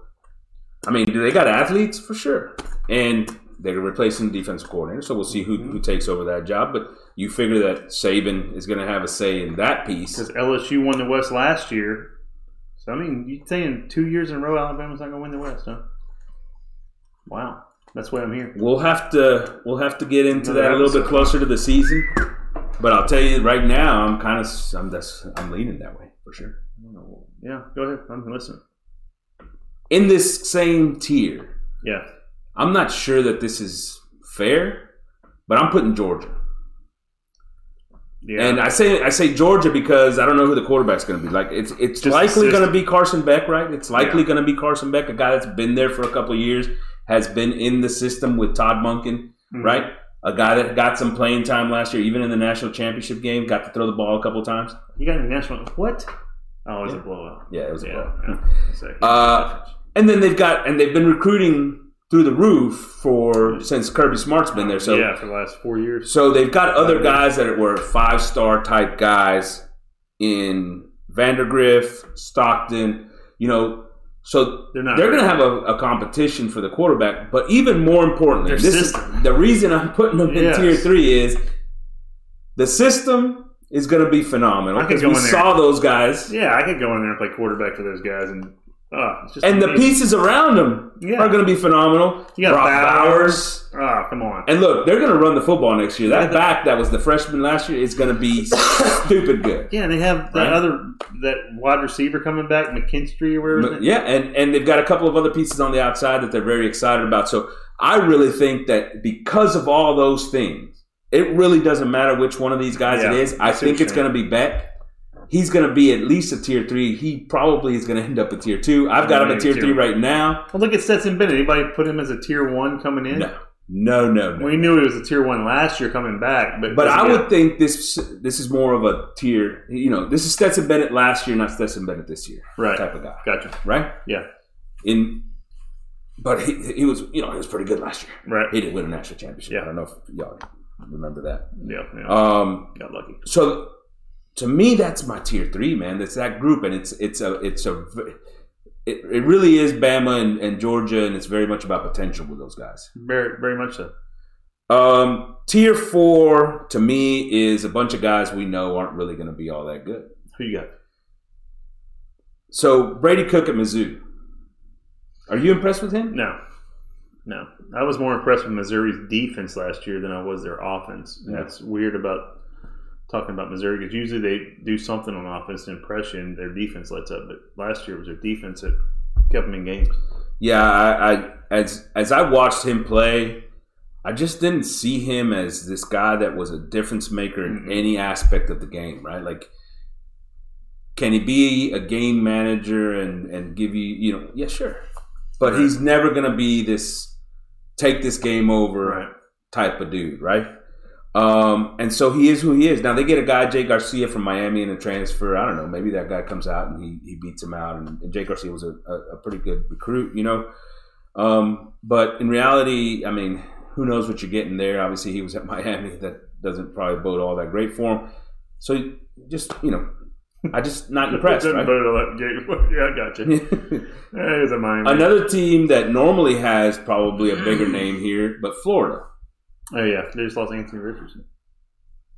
Speaker 2: I mean, do they got athletes for sure? And they're replacing the defensive coordinator, so we'll see who,
Speaker 3: Mm-hmm.
Speaker 2: who takes over that job. But you figure that Saban is going to have a say in that piece.
Speaker 3: Because LSU won the West last year. So, I mean, you're saying two years in a row Alabama's not going to win the West, huh? Wow. That's why I'm here.
Speaker 2: We'll have to we'll have to get into
Speaker 3: Another
Speaker 2: that a little bit
Speaker 3: episode.
Speaker 2: closer to the season. But I'll tell you right now, I'm kind of I'm that's I'm leaning that way for sure.
Speaker 3: Yeah, go ahead. I'm listening.
Speaker 2: In this same tier,
Speaker 3: Yeah.
Speaker 2: I'm not sure that this is fair, but I'm putting Georgia.
Speaker 3: Yeah.
Speaker 2: And uh, I say I say Georgia because I don't know who the quarterback's going to be. Like it's it's
Speaker 3: Just
Speaker 2: likely
Speaker 3: the
Speaker 2: going to
Speaker 3: system.
Speaker 2: be Carson Beck, right? It's likely
Speaker 3: Yeah.
Speaker 2: going to be Carson Beck, a guy that's been there for a couple of years, has been in the system with Todd Munkin,
Speaker 3: Mhm.
Speaker 2: right? A guy that got some playing time last year, even in the national championship game, got to throw the ball a couple of times.
Speaker 3: you got a national. What? Oh, it was a blowout.
Speaker 2: Yeah, it was a
Speaker 3: yeah.
Speaker 2: blowout.
Speaker 3: yeah. Second.
Speaker 2: Uh, and then they've got and they've been recruiting through the roof for since Kirby Smart's been there. So
Speaker 3: yeah, for the last four years.
Speaker 2: So they've got other guys that were five star type guys in Vandergriff, Stockton, you know. So
Speaker 3: They're not.
Speaker 2: they're going to have a, a competition for the quarterback. But even more importantly,
Speaker 3: Their
Speaker 2: this is,
Speaker 3: system.
Speaker 2: the reason I'm putting them
Speaker 3: Yes.
Speaker 2: in tier three is the system is going to be phenomenal
Speaker 3: I could
Speaker 2: because
Speaker 3: go
Speaker 2: we
Speaker 3: in there.
Speaker 2: saw those guys
Speaker 3: Yeah, I could go in there and play quarterback for those guys, and oh, it's just
Speaker 2: and the
Speaker 3: amazing.
Speaker 2: pieces around them
Speaker 3: Yeah.
Speaker 2: are going to be phenomenal.
Speaker 3: You got
Speaker 2: Brock
Speaker 3: Bowers. Oh, come on.
Speaker 2: And look, they're going to run the football next year.
Speaker 3: Yeah,
Speaker 2: That
Speaker 3: the-
Speaker 2: back that was the freshman last year is going to
Speaker 3: <coughs>
Speaker 2: be stupid good.
Speaker 3: yeah, and they have that
Speaker 2: Right.
Speaker 3: other that wide receiver coming back, McKinstry or wherever. his
Speaker 2: But,
Speaker 3: name-
Speaker 2: yeah, and and they've got a couple of other pieces on the outside that they're very excited about. So I really think that because of all those things, it really doesn't matter which one of these guys it
Speaker 3: Yeah,
Speaker 2: is. I
Speaker 3: I see what
Speaker 2: think it's
Speaker 3: you're
Speaker 2: going to be Beck. He's going to be at least a tier three. He probably is going to end up a tier two. I've got him at
Speaker 3: Maybe
Speaker 2: tier
Speaker 3: tier
Speaker 2: three
Speaker 3: one.
Speaker 2: right now.
Speaker 3: Well, look at Stetson Bennett. Anybody put him as a tier one coming in?
Speaker 2: No, no, no, no.
Speaker 3: We knew he was a tier one last year coming back, but
Speaker 2: But I
Speaker 3: yeah.
Speaker 2: would think this this is more of a tier. You know, this is Stetson Bennett last year, not Stetson Bennett this year.
Speaker 3: Right.
Speaker 2: type of guy,
Speaker 3: gotcha.
Speaker 2: right?
Speaker 3: Yeah,
Speaker 2: In but he, he was you know he was pretty good last year.
Speaker 3: right.
Speaker 2: He didn't win a national championship.
Speaker 3: Yeah.
Speaker 2: I don't know if y'all remember that.
Speaker 3: Yeah, yeah.
Speaker 2: Um,
Speaker 3: got lucky.
Speaker 2: so to me, that's my tier three, man. That's that group, and it's it's a it's a it, it really is Bama and, and Georgia, and it's very much about potential with those guys.
Speaker 3: Very, very much so.
Speaker 2: Um, tier four to me is a bunch of guys we know aren't really going to be all that good.
Speaker 3: Who you got?
Speaker 2: So Brady Cook at Mizzou. Are you impressed with him?
Speaker 3: No. No. I was more impressed with Missouri's defense last year than I was their offense. And
Speaker 2: Yeah.
Speaker 3: that's weird about talking about Missouri because usually they do something on offense to impress you and their defense lets up. But last year it was their defense that kept them in games.
Speaker 2: Yeah, I, I as as I watched him play, I just didn't see him as this guy that was a difference maker in
Speaker 3: Mhm.
Speaker 2: any aspect of the game, right? Like can he be a game manager and and give you, you know, yeah, sure. But
Speaker 3: Right.
Speaker 2: he's never going to be this take this game over
Speaker 3: <laughs> Right.
Speaker 2: type of dude, right? Um, and so he is who he is. Now they get a guy, Jay Garcia from Miami, in a transfer. I don't know. Maybe that guy comes out and he, he beats him out. And, and Jay Garcia was a, a, a pretty good recruit, you know. Um, but in reality, I mean, who knows what you're getting there? Obviously, he was at <laughs> Miami. That doesn't probably bode all that great for him. So just you know, I just
Speaker 3: <laughs>
Speaker 2: not impressed, right?
Speaker 3: Didn't vote elect- yeah, <laughs> yeah, I got you. That is a mind.
Speaker 2: <laughs> Another team that normally has probably a bigger name here, but Florida.
Speaker 3: Oh yeah, they just lost Anthony Richardson.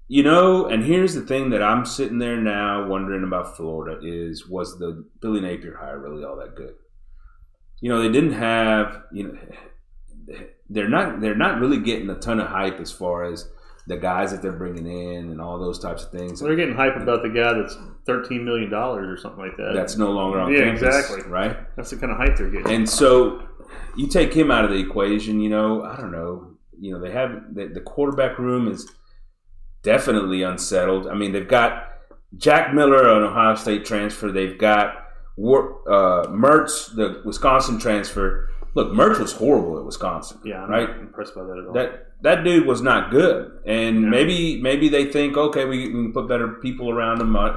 Speaker 2: You know, and here's the thing that I'm sitting there now wondering about Florida is was the Billy Napier hire really all that good? You know, they didn't have you know <sighs> they're not they're not really getting a ton of hype as far as the guys that they're bringing in and all those types of things.
Speaker 3: So they're getting hype about the guy that's thirteen million dollars or something like that.
Speaker 2: That's no longer on
Speaker 3: Yeah,
Speaker 2: campus,
Speaker 3: exactly.
Speaker 2: right?
Speaker 3: that's the kind of hype they're getting.
Speaker 2: And so you take him out of the equation, you know, I don't know. You know, they have the, the quarterback room is definitely unsettled. I mean, they've got Jack Miller, an Ohio State transfer. They've got War, uh, Mertz, the Wisconsin transfer. Look, Mertz was horrible at Wisconsin.
Speaker 3: yeah, I'm
Speaker 2: right.
Speaker 3: not impressed by that at all.
Speaker 2: That that dude was not good. And
Speaker 3: Yeah.
Speaker 2: maybe maybe they think, okay, we, we can put better people around him. uh,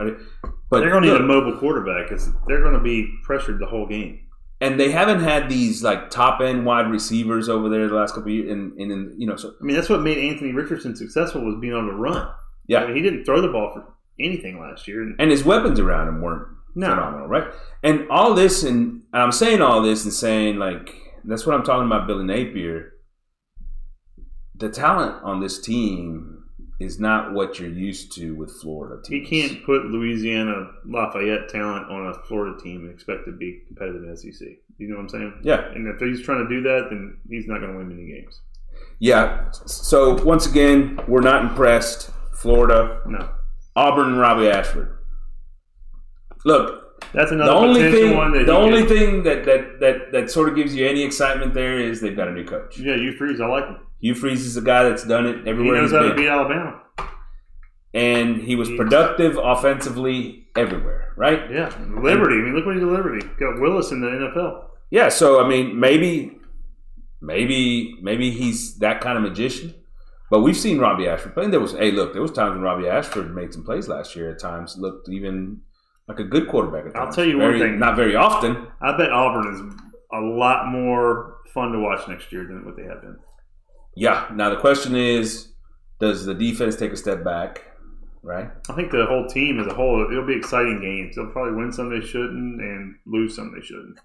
Speaker 2: But
Speaker 3: they're going to
Speaker 2: look,
Speaker 3: need a mobile quarterback. It's, they're going to be pressured the whole game.
Speaker 2: and they haven't had these like top end wide receivers over there the last couple of years, and and, and you know, so
Speaker 3: I mean, that's what made Anthony Richardson successful was being on the run.
Speaker 2: Yeah.
Speaker 3: I mean, he didn't throw the ball for anything last year. And,
Speaker 2: and his weapons around him weren't
Speaker 3: no,
Speaker 2: phenomenal, right? And all this, and I'm saying all this and saying like that's what I'm talking about, Billy Napier. The talent on this team is not what you're used to with Florida
Speaker 3: he
Speaker 2: teams.
Speaker 3: can't put Louisiana Lafayette talent on a Florida team and expect to be competitive in SEC. You know what I'm saying?
Speaker 2: Yeah,
Speaker 3: And if he's trying to do that, then he's not going to win many games.
Speaker 2: yeah. So once again, we're not impressed. Florida,
Speaker 3: No,
Speaker 2: Auburn, Robbie Ashford. Look,
Speaker 3: that's another
Speaker 2: the only
Speaker 3: potential
Speaker 2: thing,
Speaker 3: one that
Speaker 2: the
Speaker 3: he
Speaker 2: only
Speaker 3: could-
Speaker 2: thing that, that that that sort of gives you any excitement there is they've got a new coach.
Speaker 3: Yeah, you freeze. I like him.
Speaker 2: Hugh Freeze is a guy that's done it
Speaker 3: He
Speaker 2: everywhere
Speaker 3: knows
Speaker 2: he's
Speaker 3: how to
Speaker 2: been,
Speaker 3: beat Alabama.
Speaker 2: and he was
Speaker 3: He's-
Speaker 2: productive offensively everywhere. Right?
Speaker 3: Yeah, Liberty. I mean, look what he did to Liberty. Got Willis in the NFL.
Speaker 2: Yeah. So I mean, maybe, maybe, maybe he's that kind of magician. But we've seen Robbie Ashford play. And There was hey, look, there was times when Robbie Ashford made some plays last year. At times, looked even like a good quarterback. At
Speaker 3: I'll
Speaker 2: times.
Speaker 3: tell you one
Speaker 2: Very-
Speaker 3: thing.
Speaker 2: not very often.
Speaker 3: I bet Auburn is a lot more fun to watch next year than what they have been.
Speaker 2: Yeah. Now the question is, does the defense take a step back? Right.
Speaker 3: I think the whole team as a whole, it'll be exciting games. They'll probably win some they shouldn't and lose some they shouldn't.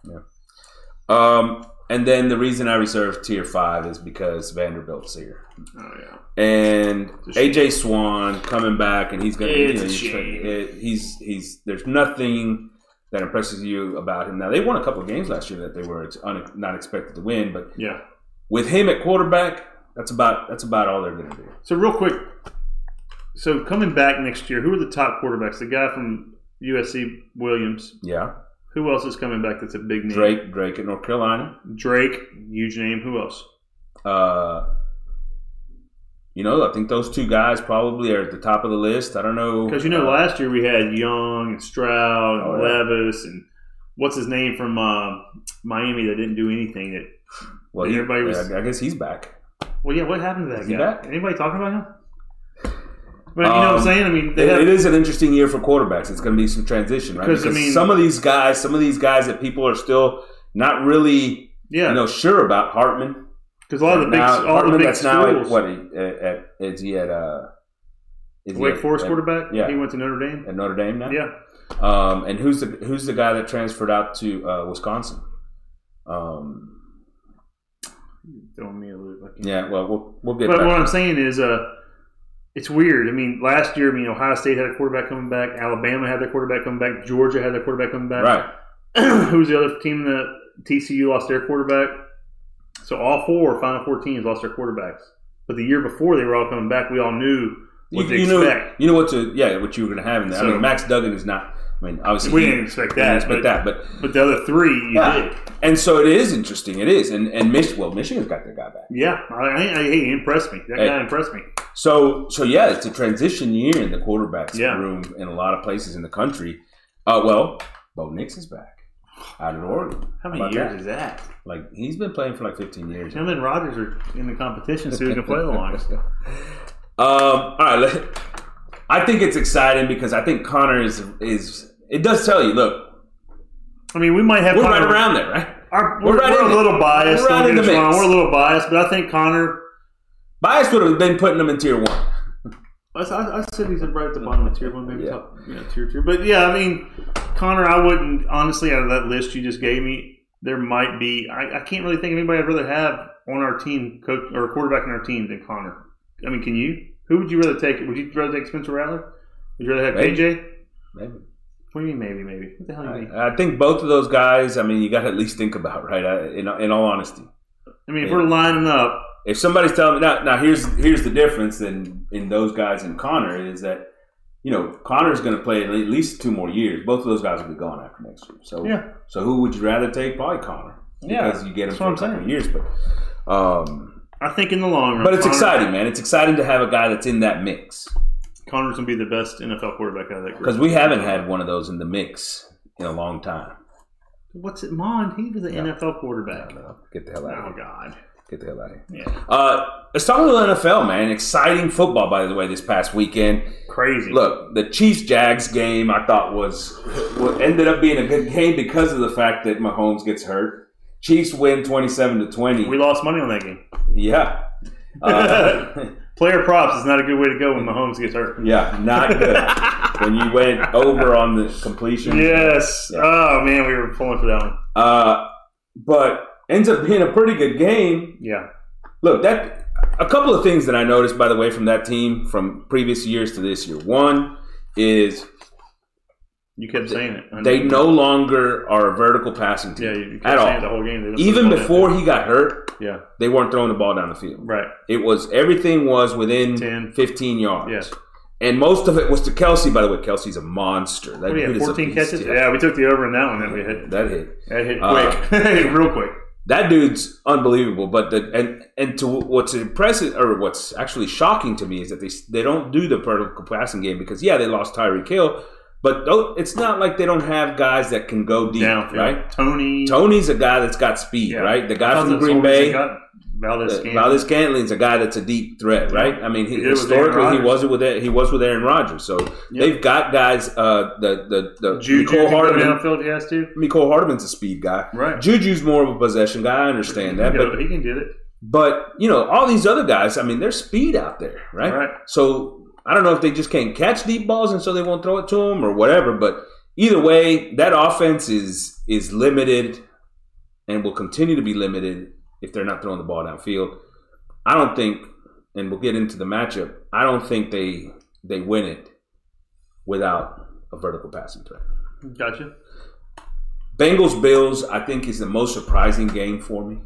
Speaker 2: Um, and then the reason I reserved tier five is because Vanderbilt's here,
Speaker 3: Oh yeah,
Speaker 2: and
Speaker 3: It's a
Speaker 2: AJ Swan coming back, and he's gonna.
Speaker 3: It's
Speaker 2: you know,
Speaker 3: a
Speaker 2: he's,
Speaker 3: shame.
Speaker 2: it- he's he's there's nothing that impresses you about him. Now they won a couple of games last year that they were ex- un, not expected to win, but
Speaker 3: yeah.
Speaker 2: with him at quarterback, that's about that's about all they're gonna do.
Speaker 3: So real quick, so coming back next year, who are the top quarterbacks? The guy from USC, Williams.
Speaker 2: Yeah,
Speaker 3: Who else is coming back? That's a big name.
Speaker 2: Drake Drake at North Carolina.
Speaker 3: Drake, huge name. Who else?
Speaker 2: Uh, you know, I think those two guys probably are at the top of the list. I don't know
Speaker 3: Because you know, last year we had Young and Stroud and
Speaker 2: uh, Oh, yeah.
Speaker 3: Levis and what's his name from uh, Miami that didn't do anything. That
Speaker 2: Well, he-
Speaker 3: everybody was-
Speaker 2: I guess he's back.
Speaker 3: well, yeah, what happened to that
Speaker 2: Is he
Speaker 3: guy?
Speaker 2: back?
Speaker 3: Anybody talking about him? But you know what
Speaker 2: Um,
Speaker 3: I'm saying? I mean, they
Speaker 2: It-
Speaker 3: have,
Speaker 2: it is an interesting year for quarterbacks. It's going to be some transition, right?
Speaker 3: 'Cause,
Speaker 2: Because
Speaker 3: I mean-
Speaker 2: some of these guys, some of these guys that people are still not really,
Speaker 3: yeah,
Speaker 2: you know, sure about Hartman.
Speaker 3: because a lot of the big,
Speaker 2: now,
Speaker 3: all the
Speaker 2: Hartman
Speaker 3: big
Speaker 2: that's
Speaker 3: schools.
Speaker 2: now at, what at, at, is he at? Uh, is he
Speaker 3: Wake
Speaker 2: at-
Speaker 3: Forest
Speaker 2: at,
Speaker 3: quarterback.
Speaker 2: yeah.
Speaker 3: he went to Notre Dame.
Speaker 2: at Notre Dame now.
Speaker 3: Yeah,
Speaker 2: Um, and who's the who's the guy that transferred out to uh, Wisconsin? Um,
Speaker 3: throwing me a loop. I can't-
Speaker 2: yeah. Well, we'll we'll get
Speaker 3: But what
Speaker 2: back.
Speaker 3: I'm saying is, uh, it's weird. I mean, last year, I mean, Ohio State had a quarterback coming back. Alabama had their quarterback coming back. Georgia had their quarterback coming back.
Speaker 2: Right.
Speaker 3: <clears throat> who was the other team that TCU lost their quarterback? So all four Final Four teams lost their quarterbacks. But the year before they were all coming back, we all knew what to
Speaker 2: you know,
Speaker 3: expect.
Speaker 2: you know what to, yeah, what you were going to have in there. I
Speaker 3: So-
Speaker 2: mean, Max Duggan is not. I mean, obviously
Speaker 3: we
Speaker 2: he-
Speaker 3: didn't expect
Speaker 2: we didn't
Speaker 3: that,
Speaker 2: expect
Speaker 3: but,
Speaker 2: that, but
Speaker 3: but the other three, you
Speaker 2: Yeah.
Speaker 3: did.
Speaker 2: And so it is interesting. It is, and and Mich- well, Michigan's got their guy back.
Speaker 3: Yeah, I, I, I, he impressed me. That
Speaker 2: Hey.
Speaker 3: guy impressed me.
Speaker 2: So so yeah, it's a transition year in the quarterbacks
Speaker 3: Yeah.
Speaker 2: room in a lot of places in the country. Uh, well, Bo Nix is back out of Oregon. How
Speaker 3: How many
Speaker 2: about
Speaker 3: years
Speaker 2: that?
Speaker 3: is that?
Speaker 2: Like he's been playing for like 15 years.
Speaker 3: Him and Rodgers are in the competition, so who
Speaker 2: <laughs>
Speaker 3: can play the longest.
Speaker 2: Um, all right. let- I think it's exciting because I think Connor is is it does tell you. Look,
Speaker 3: I mean, we might have
Speaker 2: we're
Speaker 3: Connor-
Speaker 2: right around there, right?
Speaker 3: Our,
Speaker 2: We're
Speaker 3: we're
Speaker 2: right
Speaker 3: we're
Speaker 2: in
Speaker 3: a
Speaker 2: the-
Speaker 3: little biased.
Speaker 2: we're right
Speaker 3: don't
Speaker 2: in
Speaker 3: get
Speaker 2: the
Speaker 3: us wrong.
Speaker 2: mix.
Speaker 3: We're a little biased, but I think Connor.
Speaker 2: Bias would have been putting them in tier one.
Speaker 3: I, I I said he's right at the bottom of tier one, maybe
Speaker 2: Yeah.
Speaker 3: top, you know, tier two. But yeah, I mean, Connor, I wouldn't honestly out of that list you just gave me. There might be. I, I can't really think of anybody I'd rather have on our team, coach or quarterback on our team than Connor. I mean, can you? Who would you rather take? Would you rather take Spencer Rattler? Would you rather have
Speaker 2: Maybe.
Speaker 3: KJ?
Speaker 2: Maybe.
Speaker 3: What do you mean, maybe, maybe? What the hell do you mean?
Speaker 2: I, I think both of those guys. I mean, you got to at least think about right. I, in, in all honesty,
Speaker 3: I mean, if
Speaker 2: yeah.
Speaker 3: we're lining up,
Speaker 2: if somebody's telling me now, now here's here's the difference in in those guys and Connor is that you know Connor's going to play at least two more years. Both of those guys will be gone after next year. So
Speaker 3: yeah,
Speaker 2: so who would you rather take? Probably Connor.
Speaker 3: Yeah,
Speaker 2: because you get him
Speaker 3: that's
Speaker 2: for
Speaker 3: what
Speaker 2: a
Speaker 3: I'm
Speaker 2: couple
Speaker 3: saying.
Speaker 2: years, but um,
Speaker 3: I think in the long run,
Speaker 2: but it's
Speaker 3: Connor-
Speaker 2: exciting, man. It's exciting to have a guy that's in that mix
Speaker 3: Connor's gonna be the best NFL quarterback out of that group.
Speaker 2: because we haven't had one of those in the mix in a long time.
Speaker 3: What's it, Mon? He was an
Speaker 2: Yeah.
Speaker 3: NFL
Speaker 2: I
Speaker 3: quarterback.
Speaker 2: don't know. uh, Get the hell out of
Speaker 3: Oh
Speaker 2: here.
Speaker 3: God.
Speaker 2: Get the hell out of here.
Speaker 3: Yeah.
Speaker 2: Uh, let's talk a little NFL, man. Exciting football, by the way, this past weekend.
Speaker 3: Crazy.
Speaker 2: Look, the Chiefs Jags game I thought was what ended up being a good game because of the fact that Mahomes gets hurt. Chiefs win twenty seven to
Speaker 3: we
Speaker 2: twenty.
Speaker 3: lost money on that game.
Speaker 2: Yeah, Uh,
Speaker 3: Player props is not a good way to go when Mahomes gets hurt.
Speaker 2: yeah, not good when you went over on the completion.
Speaker 3: Yes.
Speaker 2: Yeah.
Speaker 3: Oh man, we were pulling for that one.
Speaker 2: Uh, but ends up being a pretty good game.
Speaker 3: Yeah.
Speaker 2: Look, that a couple of things that I noticed, by the way, from that team from previous years to this year. One is
Speaker 3: You kept saying it. I
Speaker 2: they
Speaker 3: know.
Speaker 2: no longer are a vertical passing team
Speaker 3: Yeah, you kept
Speaker 2: at
Speaker 3: saying
Speaker 2: all.
Speaker 3: it the whole game. They don't
Speaker 2: Even
Speaker 3: put the ball
Speaker 2: before he got hurt,
Speaker 3: in. Yeah.
Speaker 2: they weren't throwing the ball down the field.
Speaker 3: Right.
Speaker 2: It was everything was within
Speaker 3: 10.
Speaker 2: 15 yards.
Speaker 3: Yes.
Speaker 2: And most of it was to Kelsey, by the way. Kelsey's a monster. That
Speaker 3: What do you
Speaker 2: dude
Speaker 3: have?
Speaker 2: is a
Speaker 3: Fourteen
Speaker 2: beast,
Speaker 3: catches.
Speaker 2: yeah.
Speaker 3: Oh, Yeah. we took the over in that one. That we hit.
Speaker 2: That hit.
Speaker 3: That hit
Speaker 2: Uh,
Speaker 3: quick. <laughs> Hit real quick.
Speaker 2: That dude's unbelievable. But the and and to what's impressive or what's actually shocking to me is that they they don't do the vertical passing game because yeah they lost Tyreek Hill, but tho- it's not like they don't have guys that can go deep,
Speaker 3: Down.
Speaker 2: right?
Speaker 3: Tony.
Speaker 2: Tony's a guy that's got speed,
Speaker 3: Yeah.
Speaker 2: right? The guy
Speaker 3: Cousins
Speaker 2: from Green
Speaker 3: always
Speaker 2: Bay,
Speaker 3: got Valdez. Scantling.
Speaker 2: Valdez Cantling's a guy that's a deep threat,
Speaker 3: Yeah.
Speaker 2: right? I mean, he,
Speaker 3: He did with Aaron
Speaker 2: historically he
Speaker 3: Rodgers.
Speaker 2: wasn't with A- he was with Aaron Rodgers, so they've got guys. Uh, the the the
Speaker 3: Juju
Speaker 2: Mecole
Speaker 3: can go
Speaker 2: Hardman.
Speaker 3: downfield. He has to.
Speaker 2: Mecole Hardman's a speed guy.
Speaker 3: Right.
Speaker 2: Juju's more of a possession guy. I understand that,
Speaker 3: Yeah,
Speaker 2: but
Speaker 3: he can get it.
Speaker 2: but you know, all these other guys, I mean, there's speed out there, right?
Speaker 3: Right.
Speaker 2: So I don't know if they just can't catch deep balls and so they won't throw it to them or whatever. But either way, that offense is is limited and will continue to be limited if they're not throwing the ball downfield. I don't think, and we'll get into the matchup. I don't think they they win it without a vertical passing threat.
Speaker 3: Gotcha.
Speaker 2: Bengals Bills, I think, is the most surprising game for me.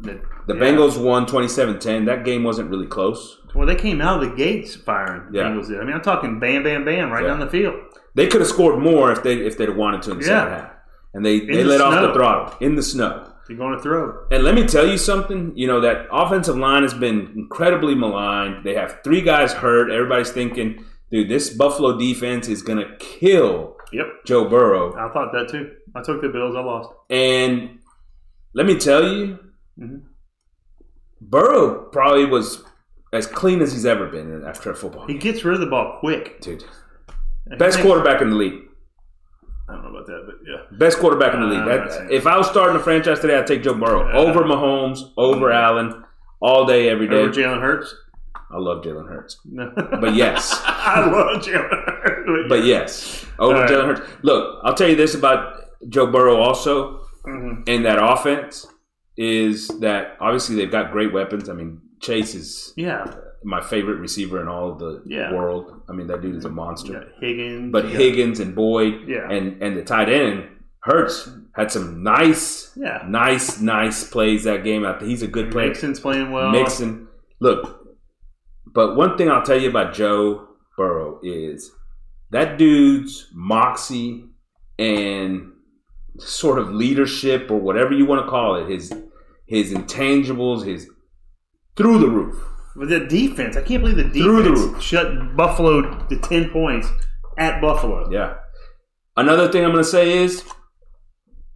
Speaker 3: The,
Speaker 2: The
Speaker 3: yeah.
Speaker 2: Bengals won 27-10. That game wasn't really close.
Speaker 3: Well, they came out of the gates firing. the
Speaker 2: Yeah.
Speaker 3: Bengals did. I mean, I'm talking bam, bam, bam, right
Speaker 2: Yeah.
Speaker 3: down the field.
Speaker 2: They could have scored more if they if they'd have wanted to in the
Speaker 3: Yeah.
Speaker 2: second half. And they, they
Speaker 3: the
Speaker 2: let off the
Speaker 3: snow.
Speaker 2: throttle in the snow.
Speaker 3: They're going to throw.
Speaker 2: And let me tell you something, you know, that offensive line has been incredibly maligned. They have three guys hurt. Everybody's thinking, dude, this Buffalo defense is gonna kill
Speaker 3: Yep,
Speaker 2: Joe Burrow.
Speaker 3: I thought that too. I took the Bills. I lost.
Speaker 2: And let me tell you,
Speaker 3: Mhm.
Speaker 2: Burrow probably was as clean as he's ever been after a football
Speaker 3: He
Speaker 2: game.
Speaker 3: gets rid of the ball quick.
Speaker 2: Dude.
Speaker 3: I
Speaker 2: Best
Speaker 3: think-
Speaker 2: quarterback in the league.
Speaker 3: I don't know about that, but yeah,
Speaker 2: Best quarterback in the
Speaker 3: Uh,
Speaker 2: league. That,
Speaker 3: right.
Speaker 2: if I was starting a franchise today, I'd take Joe Burrow
Speaker 3: Yeah. Mm-hmm.
Speaker 2: over Mahomes, over Allen, all day, every day.
Speaker 3: over Jalen Hurts. <laughs>
Speaker 2: I love Jalen Hurts,
Speaker 3: No,
Speaker 2: but
Speaker 3: <laughs>
Speaker 2: yes,
Speaker 3: I love Jalen Hurts.
Speaker 2: but yes, over
Speaker 3: All right.
Speaker 2: Jalen Hurts. Look, I'll tell you this about Joe Burrow also
Speaker 3: Mhm.
Speaker 2: in that offense is that obviously they've got great weapons. I mean, Chase is
Speaker 3: yeah,
Speaker 2: my favorite receiver in all of the
Speaker 3: Yeah.
Speaker 2: world. I mean, that dude is a
Speaker 3: you
Speaker 2: monster.
Speaker 3: got Higgins.
Speaker 2: But
Speaker 3: you got-
Speaker 2: Higgins and Boyd
Speaker 3: yeah,
Speaker 2: and and the tight end Hurts had some nice,
Speaker 3: Yeah.
Speaker 2: nice, nice plays that game. I think he's a good player.
Speaker 3: Mixon's playing well.
Speaker 2: Mixon. Look, but one thing I'll tell you about Joe Burrow is that dude's moxie and sort of leadership or whatever you want to call it, his his intangibles, his through the roof.
Speaker 3: With the defense, I can't believe the
Speaker 2: Through the
Speaker 3: defense
Speaker 2: roof.
Speaker 3: shut Buffalo to ten points at Buffalo.
Speaker 2: Yeah. Another thing I'm going to say is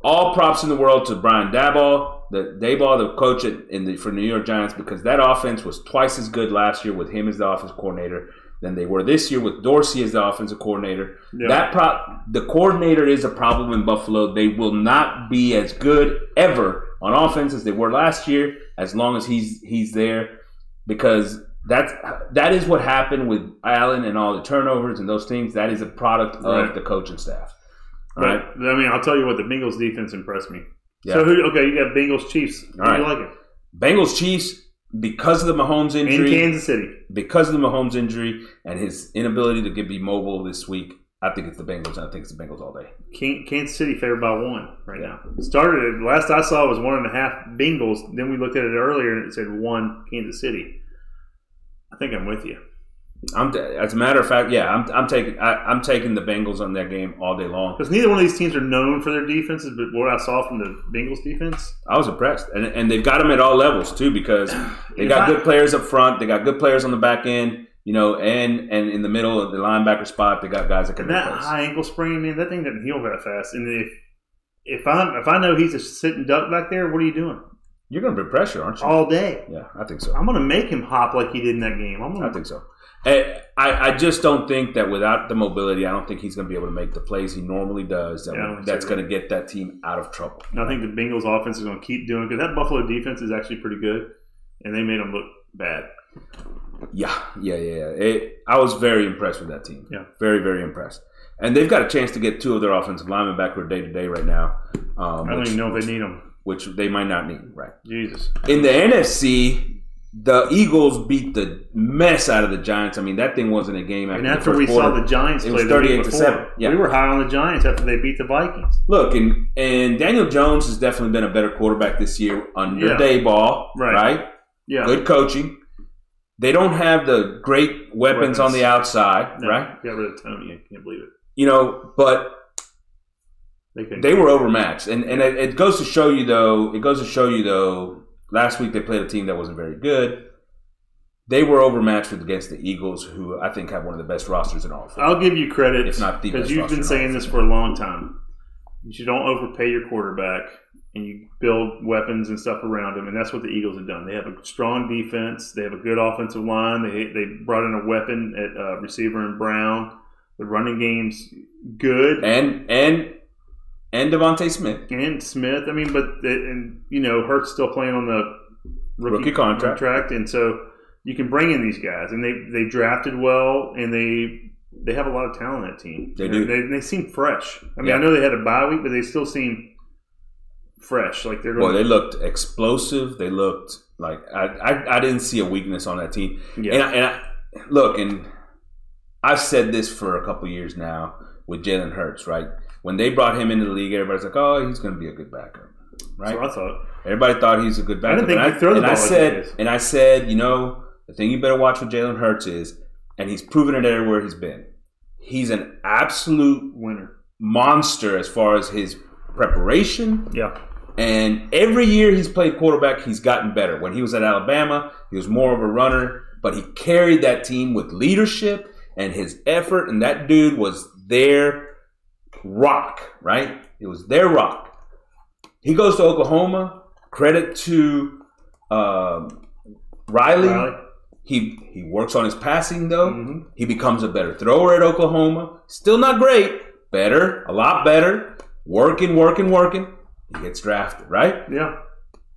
Speaker 2: all props in the world to Brian Dabball, the Dayball, the coach at, in the, for New York Giants, because that offense was twice as good last year with him as the offensive coordinator than they were this year with Dorsey as the offensive coordinator.
Speaker 3: Yeah.
Speaker 2: That pro- the coordinator is a problem in Buffalo. They will not be as good ever on offense as they were last year as long as he's he's there because that's that is what happened with Allen and all the turnovers and those things. That is a product of
Speaker 3: Right.
Speaker 2: the coaching staff. All
Speaker 3: But,
Speaker 2: right.
Speaker 3: I mean, I'll tell you what, the Bengals defense impressed me.
Speaker 2: Yeah.
Speaker 3: So who? Okay, you got Bengals Chiefs. Who do
Speaker 2: All
Speaker 3: you
Speaker 2: right.
Speaker 3: like it?
Speaker 2: Bengals Chiefs because of the Mahomes
Speaker 3: In
Speaker 2: injury,
Speaker 3: Kansas City.
Speaker 2: because of the Mahomes injury and his inability to get be mobile this week. I think it's the Bengals. and I think it's the Bengals all day.
Speaker 3: Can- Kansas City favored by one right now. Started at- last I saw was one and a half Bengals. Then we looked at it earlier and it said one Kansas City. I think I'm with you.
Speaker 2: I'm as a matter of fact, yeah, I'm, I'm taking I, I'm taking the Bengals on that game all day long.
Speaker 3: Because neither one of these teams are known for their defenses, but what I saw from the Bengals defense,
Speaker 2: I was impressed, and and they've got them at all levels too
Speaker 3: <clears throat>
Speaker 2: because they
Speaker 3: If
Speaker 2: got
Speaker 3: I-
Speaker 2: good players up front, they got good players on the back end, you know, and and in the middle of the linebacker spot, they got guys that can
Speaker 3: that
Speaker 2: replace.
Speaker 3: high ankle sprain, man, that thing doesn't heal that fast. And if if I if I know he's a sitting duck back there, what are you doing
Speaker 2: You're going to put pressure, aren't you?
Speaker 3: all day?
Speaker 2: Yeah, I think so.
Speaker 3: I'm gonna make him hop like he did in that game. I'm
Speaker 2: I
Speaker 3: gonna
Speaker 2: think so. I, I I just don't think that without the mobility, I don't think he's going to be able to make the plays he normally does. That,
Speaker 3: Yeah, I don't think
Speaker 2: that's
Speaker 3: so.
Speaker 2: going to get that team out of trouble.
Speaker 3: And I think the Bengals offense is going to keep doing because that Buffalo defense is actually pretty good, and they made them look bad.
Speaker 2: Yeah, yeah, yeah. yeah. It, I was very impressed with that team.
Speaker 3: Yeah.
Speaker 2: very, very impressed. And they've got a chance to get two of their offensive linemen back who are day to day right now, um,
Speaker 3: I don't
Speaker 2: which,
Speaker 3: even know if they need them.
Speaker 2: which they might not need. Right
Speaker 3: Jesus,
Speaker 2: in the NFC, the Eagles beat the mess out of the Giants. I mean, that thing wasn't a game after,
Speaker 3: and
Speaker 2: the
Speaker 3: after
Speaker 2: first
Speaker 3: we
Speaker 2: quarter.
Speaker 3: saw the Giants
Speaker 2: It
Speaker 3: play
Speaker 2: was
Speaker 3: the week
Speaker 2: 38 to
Speaker 3: before,
Speaker 2: 7. Yeah.
Speaker 3: we were high on the Giants after they beat the Vikings.
Speaker 2: Look, and and Daniel Jones has definitely been a better quarterback this year under
Speaker 3: Yeah.
Speaker 2: Dayball,
Speaker 3: Right.
Speaker 2: right?
Speaker 3: Yeah,
Speaker 2: Good coaching. They don't have the great weapons, on
Speaker 3: Weapons.
Speaker 2: the outside,
Speaker 3: No,
Speaker 2: right?
Speaker 3: Got rid of Tony. I can't believe it.
Speaker 2: You know, but
Speaker 3: They couldn't.
Speaker 2: they were overmatched, and and it, it goes to show you though. It goes to show you though. Last week they played a team that wasn't very good. They were overmatched with- against the Eagles, who I think have one of the best rosters in all. of football.
Speaker 3: I'll give you credit
Speaker 2: If not the best
Speaker 3: because you've
Speaker 2: roster in
Speaker 3: been
Speaker 2: all
Speaker 3: saying this for a long time. You don't overpay your quarterback, and you build weapons and stuff around him, and that's what the Eagles have done. They have a strong defense. They have a good offensive line. They they brought in a weapon at uh, receiver and Brown. The running game's good,
Speaker 2: and and and Devonte Smith.
Speaker 3: and Smith. I mean, but the, and you know, Hurts still playing on the rookie,
Speaker 2: Rookie contract.
Speaker 3: and so you can bring in these guys, and they they drafted well, and they they have a lot of talent on that team.
Speaker 2: They
Speaker 3: And
Speaker 2: do.
Speaker 3: They, they seem fresh. I mean,
Speaker 2: Yeah.
Speaker 3: I know they had a bye week, but they still seem fresh. Like they're
Speaker 2: Boy,
Speaker 3: going.
Speaker 2: they looked explosive. They looked like I, I, I didn't see a weakness on that team.
Speaker 3: yeah.
Speaker 2: And, I, and I, look, and I've said this for a couple years now with Jalen Hurts, right? When they brought him into the league, everybody's like, "Oh, he's going to be a good backup," right?
Speaker 3: That's what I thought.
Speaker 2: Everybody thought he was a good
Speaker 3: I
Speaker 2: backup.
Speaker 3: didn't think
Speaker 2: and
Speaker 3: he'd throw the
Speaker 2: and I
Speaker 3: ball like
Speaker 2: said,
Speaker 3: he is.
Speaker 2: and I said, you know, the thing you better watch with Jalen Hurts is, and he's proven it everywhere he's been. He's an absolute
Speaker 3: Winner.
Speaker 2: monster as far as his preparation,
Speaker 3: Yeah.
Speaker 2: and every year he's played quarterback, he's gotten better. When he was at Alabama, he was more of a runner, but he carried that team with leadership and his effort, and that dude was their rock, right? It was their rock. He goes to Oklahoma. Credit to um, Riley.
Speaker 3: Riley.
Speaker 2: He he works on his passing though.
Speaker 3: Mhm.
Speaker 2: He becomes a better thrower at Oklahoma. Still not great. Better, a lot better. Working, working, working. He gets drafted, right?
Speaker 3: Yeah.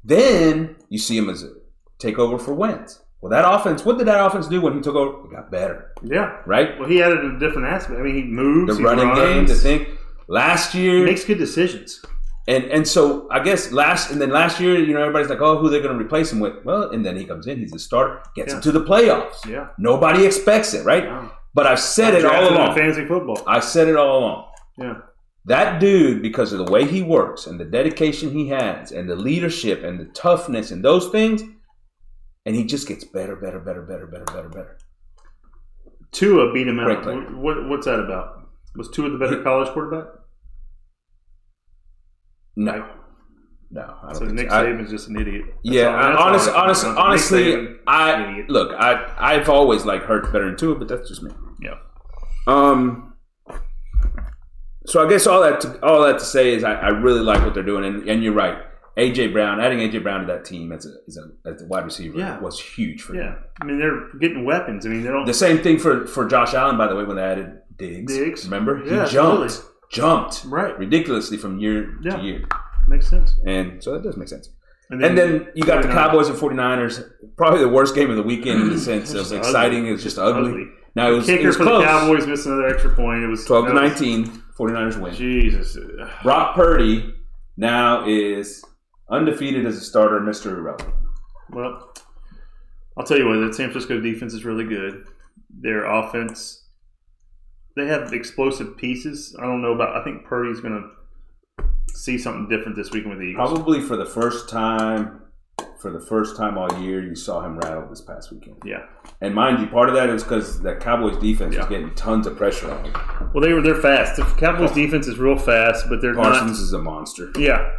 Speaker 2: Then you see him as a takeover for Wentz. Well, that offense. What did that offense do when he took over? It got better,
Speaker 3: Yeah.
Speaker 2: right?
Speaker 3: Well, he added a different aspect. I mean, he moves.
Speaker 2: The
Speaker 3: he
Speaker 2: running game,
Speaker 3: runs,
Speaker 2: the thing. Last year,
Speaker 3: Makes good decisions.
Speaker 2: And and so I guess last and then last year, you know, everybody's like, oh, who they're going to replace him with? Well, and then he comes in, he's a starter, gets
Speaker 3: Yeah.
Speaker 2: him to the playoffs.
Speaker 3: Yeah.
Speaker 2: Nobody expects it, right?
Speaker 3: Yeah.
Speaker 2: But I've said it all
Speaker 3: Drafted in
Speaker 2: along.
Speaker 3: Fantasy football.
Speaker 2: I've said it all along.
Speaker 3: Yeah.
Speaker 2: That dude, because of the way he works and the dedication he has and the leadership and the toughness and those things, and he just gets better, better, better, better, better, better, better.
Speaker 3: Tua beat him
Speaker 2: Great
Speaker 3: out.
Speaker 2: player.
Speaker 3: What, what, what's that about? Was Tua the better college quarterback?
Speaker 2: No. No. I don't
Speaker 3: So
Speaker 2: think
Speaker 3: Nick
Speaker 2: so. I-
Speaker 3: Saban's just an idiot. That's
Speaker 2: yeah,
Speaker 3: all- that's all
Speaker 2: I, honest,
Speaker 3: I
Speaker 2: honest,
Speaker 3: think.
Speaker 2: honestly,
Speaker 3: Nick Saban,
Speaker 2: I
Speaker 3: idiot.
Speaker 2: look, I, I've always like Hurts better than Tua, but that's just me.
Speaker 3: yeah.
Speaker 2: Um. So I guess all that to, all that to say is I, I really like what they're doing, and, and you're right. AJ Brown, adding AJ Brown to that team as a as a, as a wide receiver
Speaker 3: Yeah.
Speaker 2: was huge for them.
Speaker 3: Yeah, I mean they're getting weapons. I mean they don't.
Speaker 2: The same thing for for Josh Allen, by the way, when they added Diggs.
Speaker 3: Diggs.
Speaker 2: remember he
Speaker 3: Yeah,
Speaker 2: jumped,
Speaker 3: absolutely.
Speaker 2: jumped
Speaker 3: Right.
Speaker 2: ridiculously from year
Speaker 3: Yeah.
Speaker 2: to year,
Speaker 3: Makes sense.
Speaker 2: and so that does make sense. And then you got the
Speaker 3: 49ers.
Speaker 2: Cowboys and 49ers, probably the worst game of the weekend
Speaker 3: <clears throat>
Speaker 2: in the sense of
Speaker 3: Just
Speaker 2: exciting.
Speaker 3: ugly.
Speaker 2: It was just
Speaker 3: Ugly.
Speaker 2: ugly. Now it was, it
Speaker 3: Kicker
Speaker 2: was
Speaker 3: for
Speaker 2: close.
Speaker 3: the Cowboys missed another extra point. It was
Speaker 2: 12 to
Speaker 3: that was-
Speaker 2: 19, 49ers win.
Speaker 3: Jesus. <sighs>
Speaker 2: Brock Purdy now is undefeated as a starter, Mr. Irrelevant.
Speaker 3: Well, I'll tell you what. That San Francisco defense is really good. Their offense, they have explosive pieces. I don't know about. I think Purdy's going to see something different this weekend with the Eagles.
Speaker 2: Probably for the first time, for the first time all year, you saw him rattled this past weekend.
Speaker 3: Yeah.
Speaker 2: And mind you, part of that is because that Cowboys defense is
Speaker 3: Yeah.
Speaker 2: getting tons of pressure on him.
Speaker 3: Well, they were. They're fast. The Cowboys defense is real fast, but they're not.
Speaker 2: Parsons is a monster.
Speaker 3: Yeah,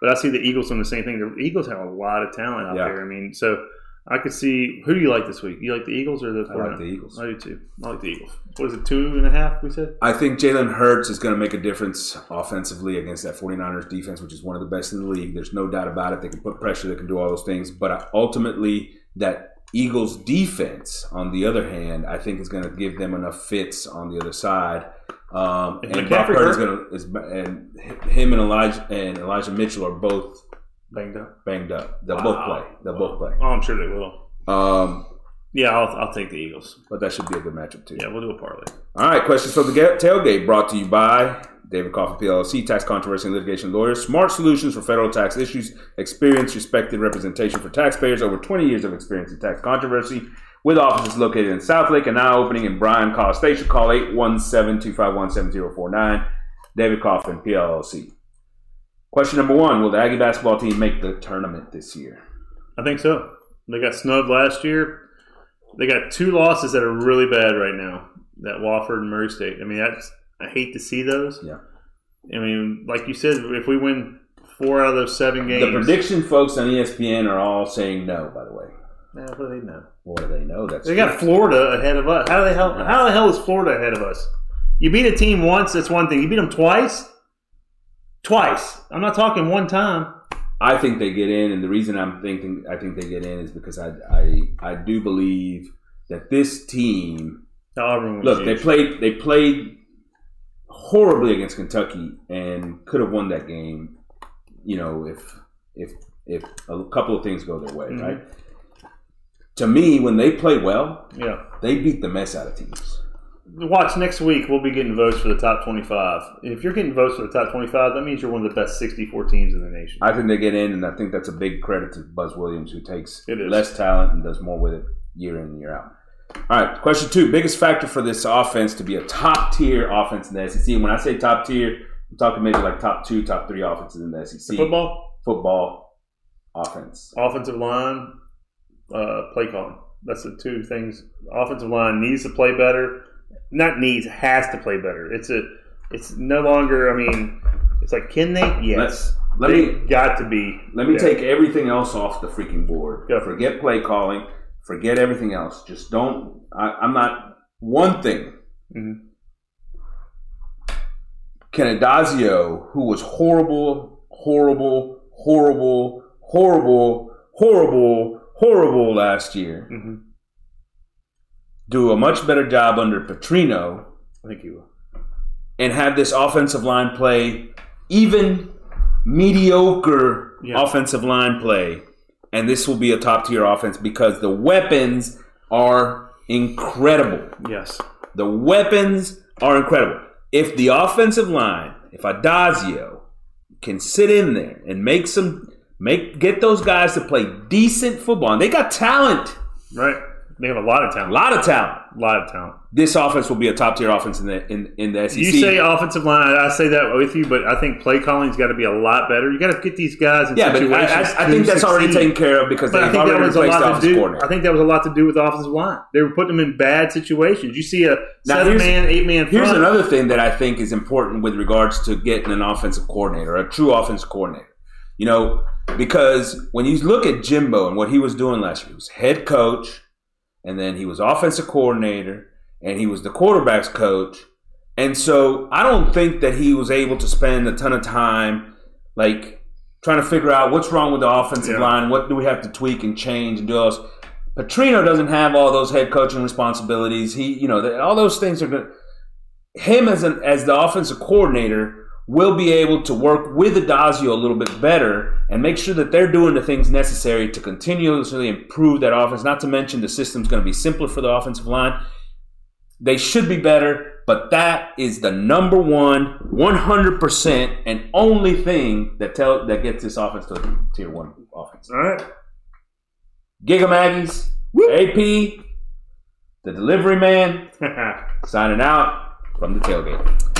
Speaker 3: but I see the Eagles on the same thing. The Eagles have a lot of talent out
Speaker 2: Yeah.
Speaker 3: there. I mean, so I could see who do you like this week? You like the Eagles or the?
Speaker 2: I like the Eagles.
Speaker 3: I do too. I like the Eagles. What is it? Two and a half? We said.
Speaker 2: I think Jalen Hurts is going to make a difference offensively against that 49ers defense, which is one of the best in the league. There's no doubt about it. They can put pressure, they can do all those things. But I- ultimately, that Eagles defense, on the other hand, I think is going to give them enough fits on the other side. Um,
Speaker 3: If
Speaker 2: and Brock
Speaker 3: McCaffrey
Speaker 2: Purdy's going to, is, and him and Elijah and Elijah Mitchell are both
Speaker 3: Banged up.
Speaker 2: banged up. They'll both
Speaker 3: Wow.
Speaker 2: play. They'll both play.
Speaker 3: Oh, I'm sure they will.
Speaker 2: Um,
Speaker 3: Yeah, I'll, I'll take the Eagles.
Speaker 2: but that should be a good matchup too.
Speaker 3: Yeah, we'll do a parlay.
Speaker 2: All right, questions from the ga- tailgate brought to you by David Coffin PLLC, tax controversy and litigation lawyers, smart solutions for federal tax issues, experienced, respected representation for taxpayers, over 20 years of experience in tax controversy, with offices located in Southlake and now opening in Bryan College Station. Call 817 251 7049. David Coffin PLLC. Question number one Will the Aggie basketball team make the tournament this year?
Speaker 3: I think so. They got snubbed last year. They got two losses that are really bad right now. That Wofford and Murray State. I mean, that's I hate to see those.
Speaker 2: Yeah.
Speaker 3: I mean, like you said, if we win four out of those seven games,
Speaker 2: The prediction folks on E ESPN are all saying no, by the way.
Speaker 3: Yeah, what do eh, they know?
Speaker 2: What do they know? That's
Speaker 3: They got Florida ahead of us. How the hell? How the hell is Florida ahead of us? You beat a team once, that's one thing. You beat them twice, twice. I'm not talking one time.
Speaker 2: I think they get in, and the reason I'm thinking I think they get in is because I I, I do believe that this team
Speaker 3: No, Auburn was
Speaker 2: look they
Speaker 3: huge.
Speaker 2: played they played horribly against Kentucky and could have won that game, you know if if if a couple of things go their way,
Speaker 3: Mhm.
Speaker 2: right? To me, when they play well,
Speaker 3: yeah.
Speaker 2: they beat the mess out of teams.
Speaker 3: Watch next week. We'll be getting votes for the top 25. If you're getting votes for the top 25, that means you're one of the best 64 teams in the nation.
Speaker 2: I think they get in, and I think that's a big credit to Buzz Williams, who takes
Speaker 3: It is.
Speaker 2: less talent and does more with it year in and year out. All right, question two: biggest factor for this offense to be a top tier offense in the SEC. And when I say top tier, I'm talking maybe like top two, top three offenses in the SEC.
Speaker 3: Football,
Speaker 2: Football offense.
Speaker 3: offensive line, uh, play calling. That's the two things. Offensive line needs to play better. Not needs, has to play better. It's a. It's no longer. I mean, it's like can they? Yes,
Speaker 2: Let's let
Speaker 3: they
Speaker 2: me
Speaker 3: got to be.
Speaker 2: let me
Speaker 3: there.
Speaker 2: take everything else off the freaking board.
Speaker 3: Go.
Speaker 2: Forget play calling. Forget everything else. Just don't. I, I'm not one thing
Speaker 3: Mhm.
Speaker 2: Ken Adazio, who was horrible, horrible, horrible, horrible, horrible, horrible last year,
Speaker 3: Mhm.
Speaker 2: do a much better job under Petrino
Speaker 3: I think you will.
Speaker 2: and have this offensive line play even mediocre
Speaker 3: Yeah.
Speaker 2: offensive line play. And this will be a top tier offense because the weapons are incredible.
Speaker 3: Yes,
Speaker 2: The weapons are incredible. If the offensive line, if Adazio can sit in there and make some make get those guys to play decent football, and they got talent.
Speaker 3: right. They have a lot of
Speaker 2: A
Speaker 3: talent.
Speaker 2: lot of talent.
Speaker 3: A lot of talent.
Speaker 2: This offense will be a top tier offense in the in, in the E SEC.
Speaker 3: You say offensive line, I I say that with you, but I think play calling's got to be a lot better. You got to get these guys in
Speaker 2: yeah, but
Speaker 3: situations.
Speaker 2: I, I, I
Speaker 3: to
Speaker 2: think that's
Speaker 3: succeed.
Speaker 2: already taken care of because
Speaker 3: But I
Speaker 2: they've
Speaker 3: think that
Speaker 2: already
Speaker 3: was a
Speaker 2: replaced the
Speaker 3: lot to
Speaker 2: offense
Speaker 3: do.
Speaker 2: coordinator.
Speaker 3: I think that was a lot to do with the offensive line. They were putting them in bad situations. You see a
Speaker 2: Now,
Speaker 3: seven
Speaker 2: here's-
Speaker 3: man, eight man.
Speaker 2: Here's
Speaker 3: front.
Speaker 2: another thing that I think is important with regards to getting an offensive coordinator, a true offensive coordinator. You know, because when you look at Jimbo and what he was doing last year, he was head coach, and then he was offensive coordinator, and he was the quarterbacks coach. And so I don't think that he was able to spend a ton of time like trying to figure out what's wrong with the offensive
Speaker 3: Yeah.
Speaker 2: line, what do we have to tweak and change and do else. Petrino doesn't have all those head coaching responsibilities. He, you know, the, all those things are good. Him as an as the offensive coordinator will be able to work with Adazio a little bit better and make sure that they're doing the things necessary to continuously improve that offense. Not to mention the system's going to be simpler for the offensive line. They should be better, but that is the number one, one hundred percent, and only thing that tell that gets this offense to a tier one offense.
Speaker 3: All right.
Speaker 2: Giga Maggie's
Speaker 3: <laughs>
Speaker 2: AP, the delivery man, signing out from the tailgate.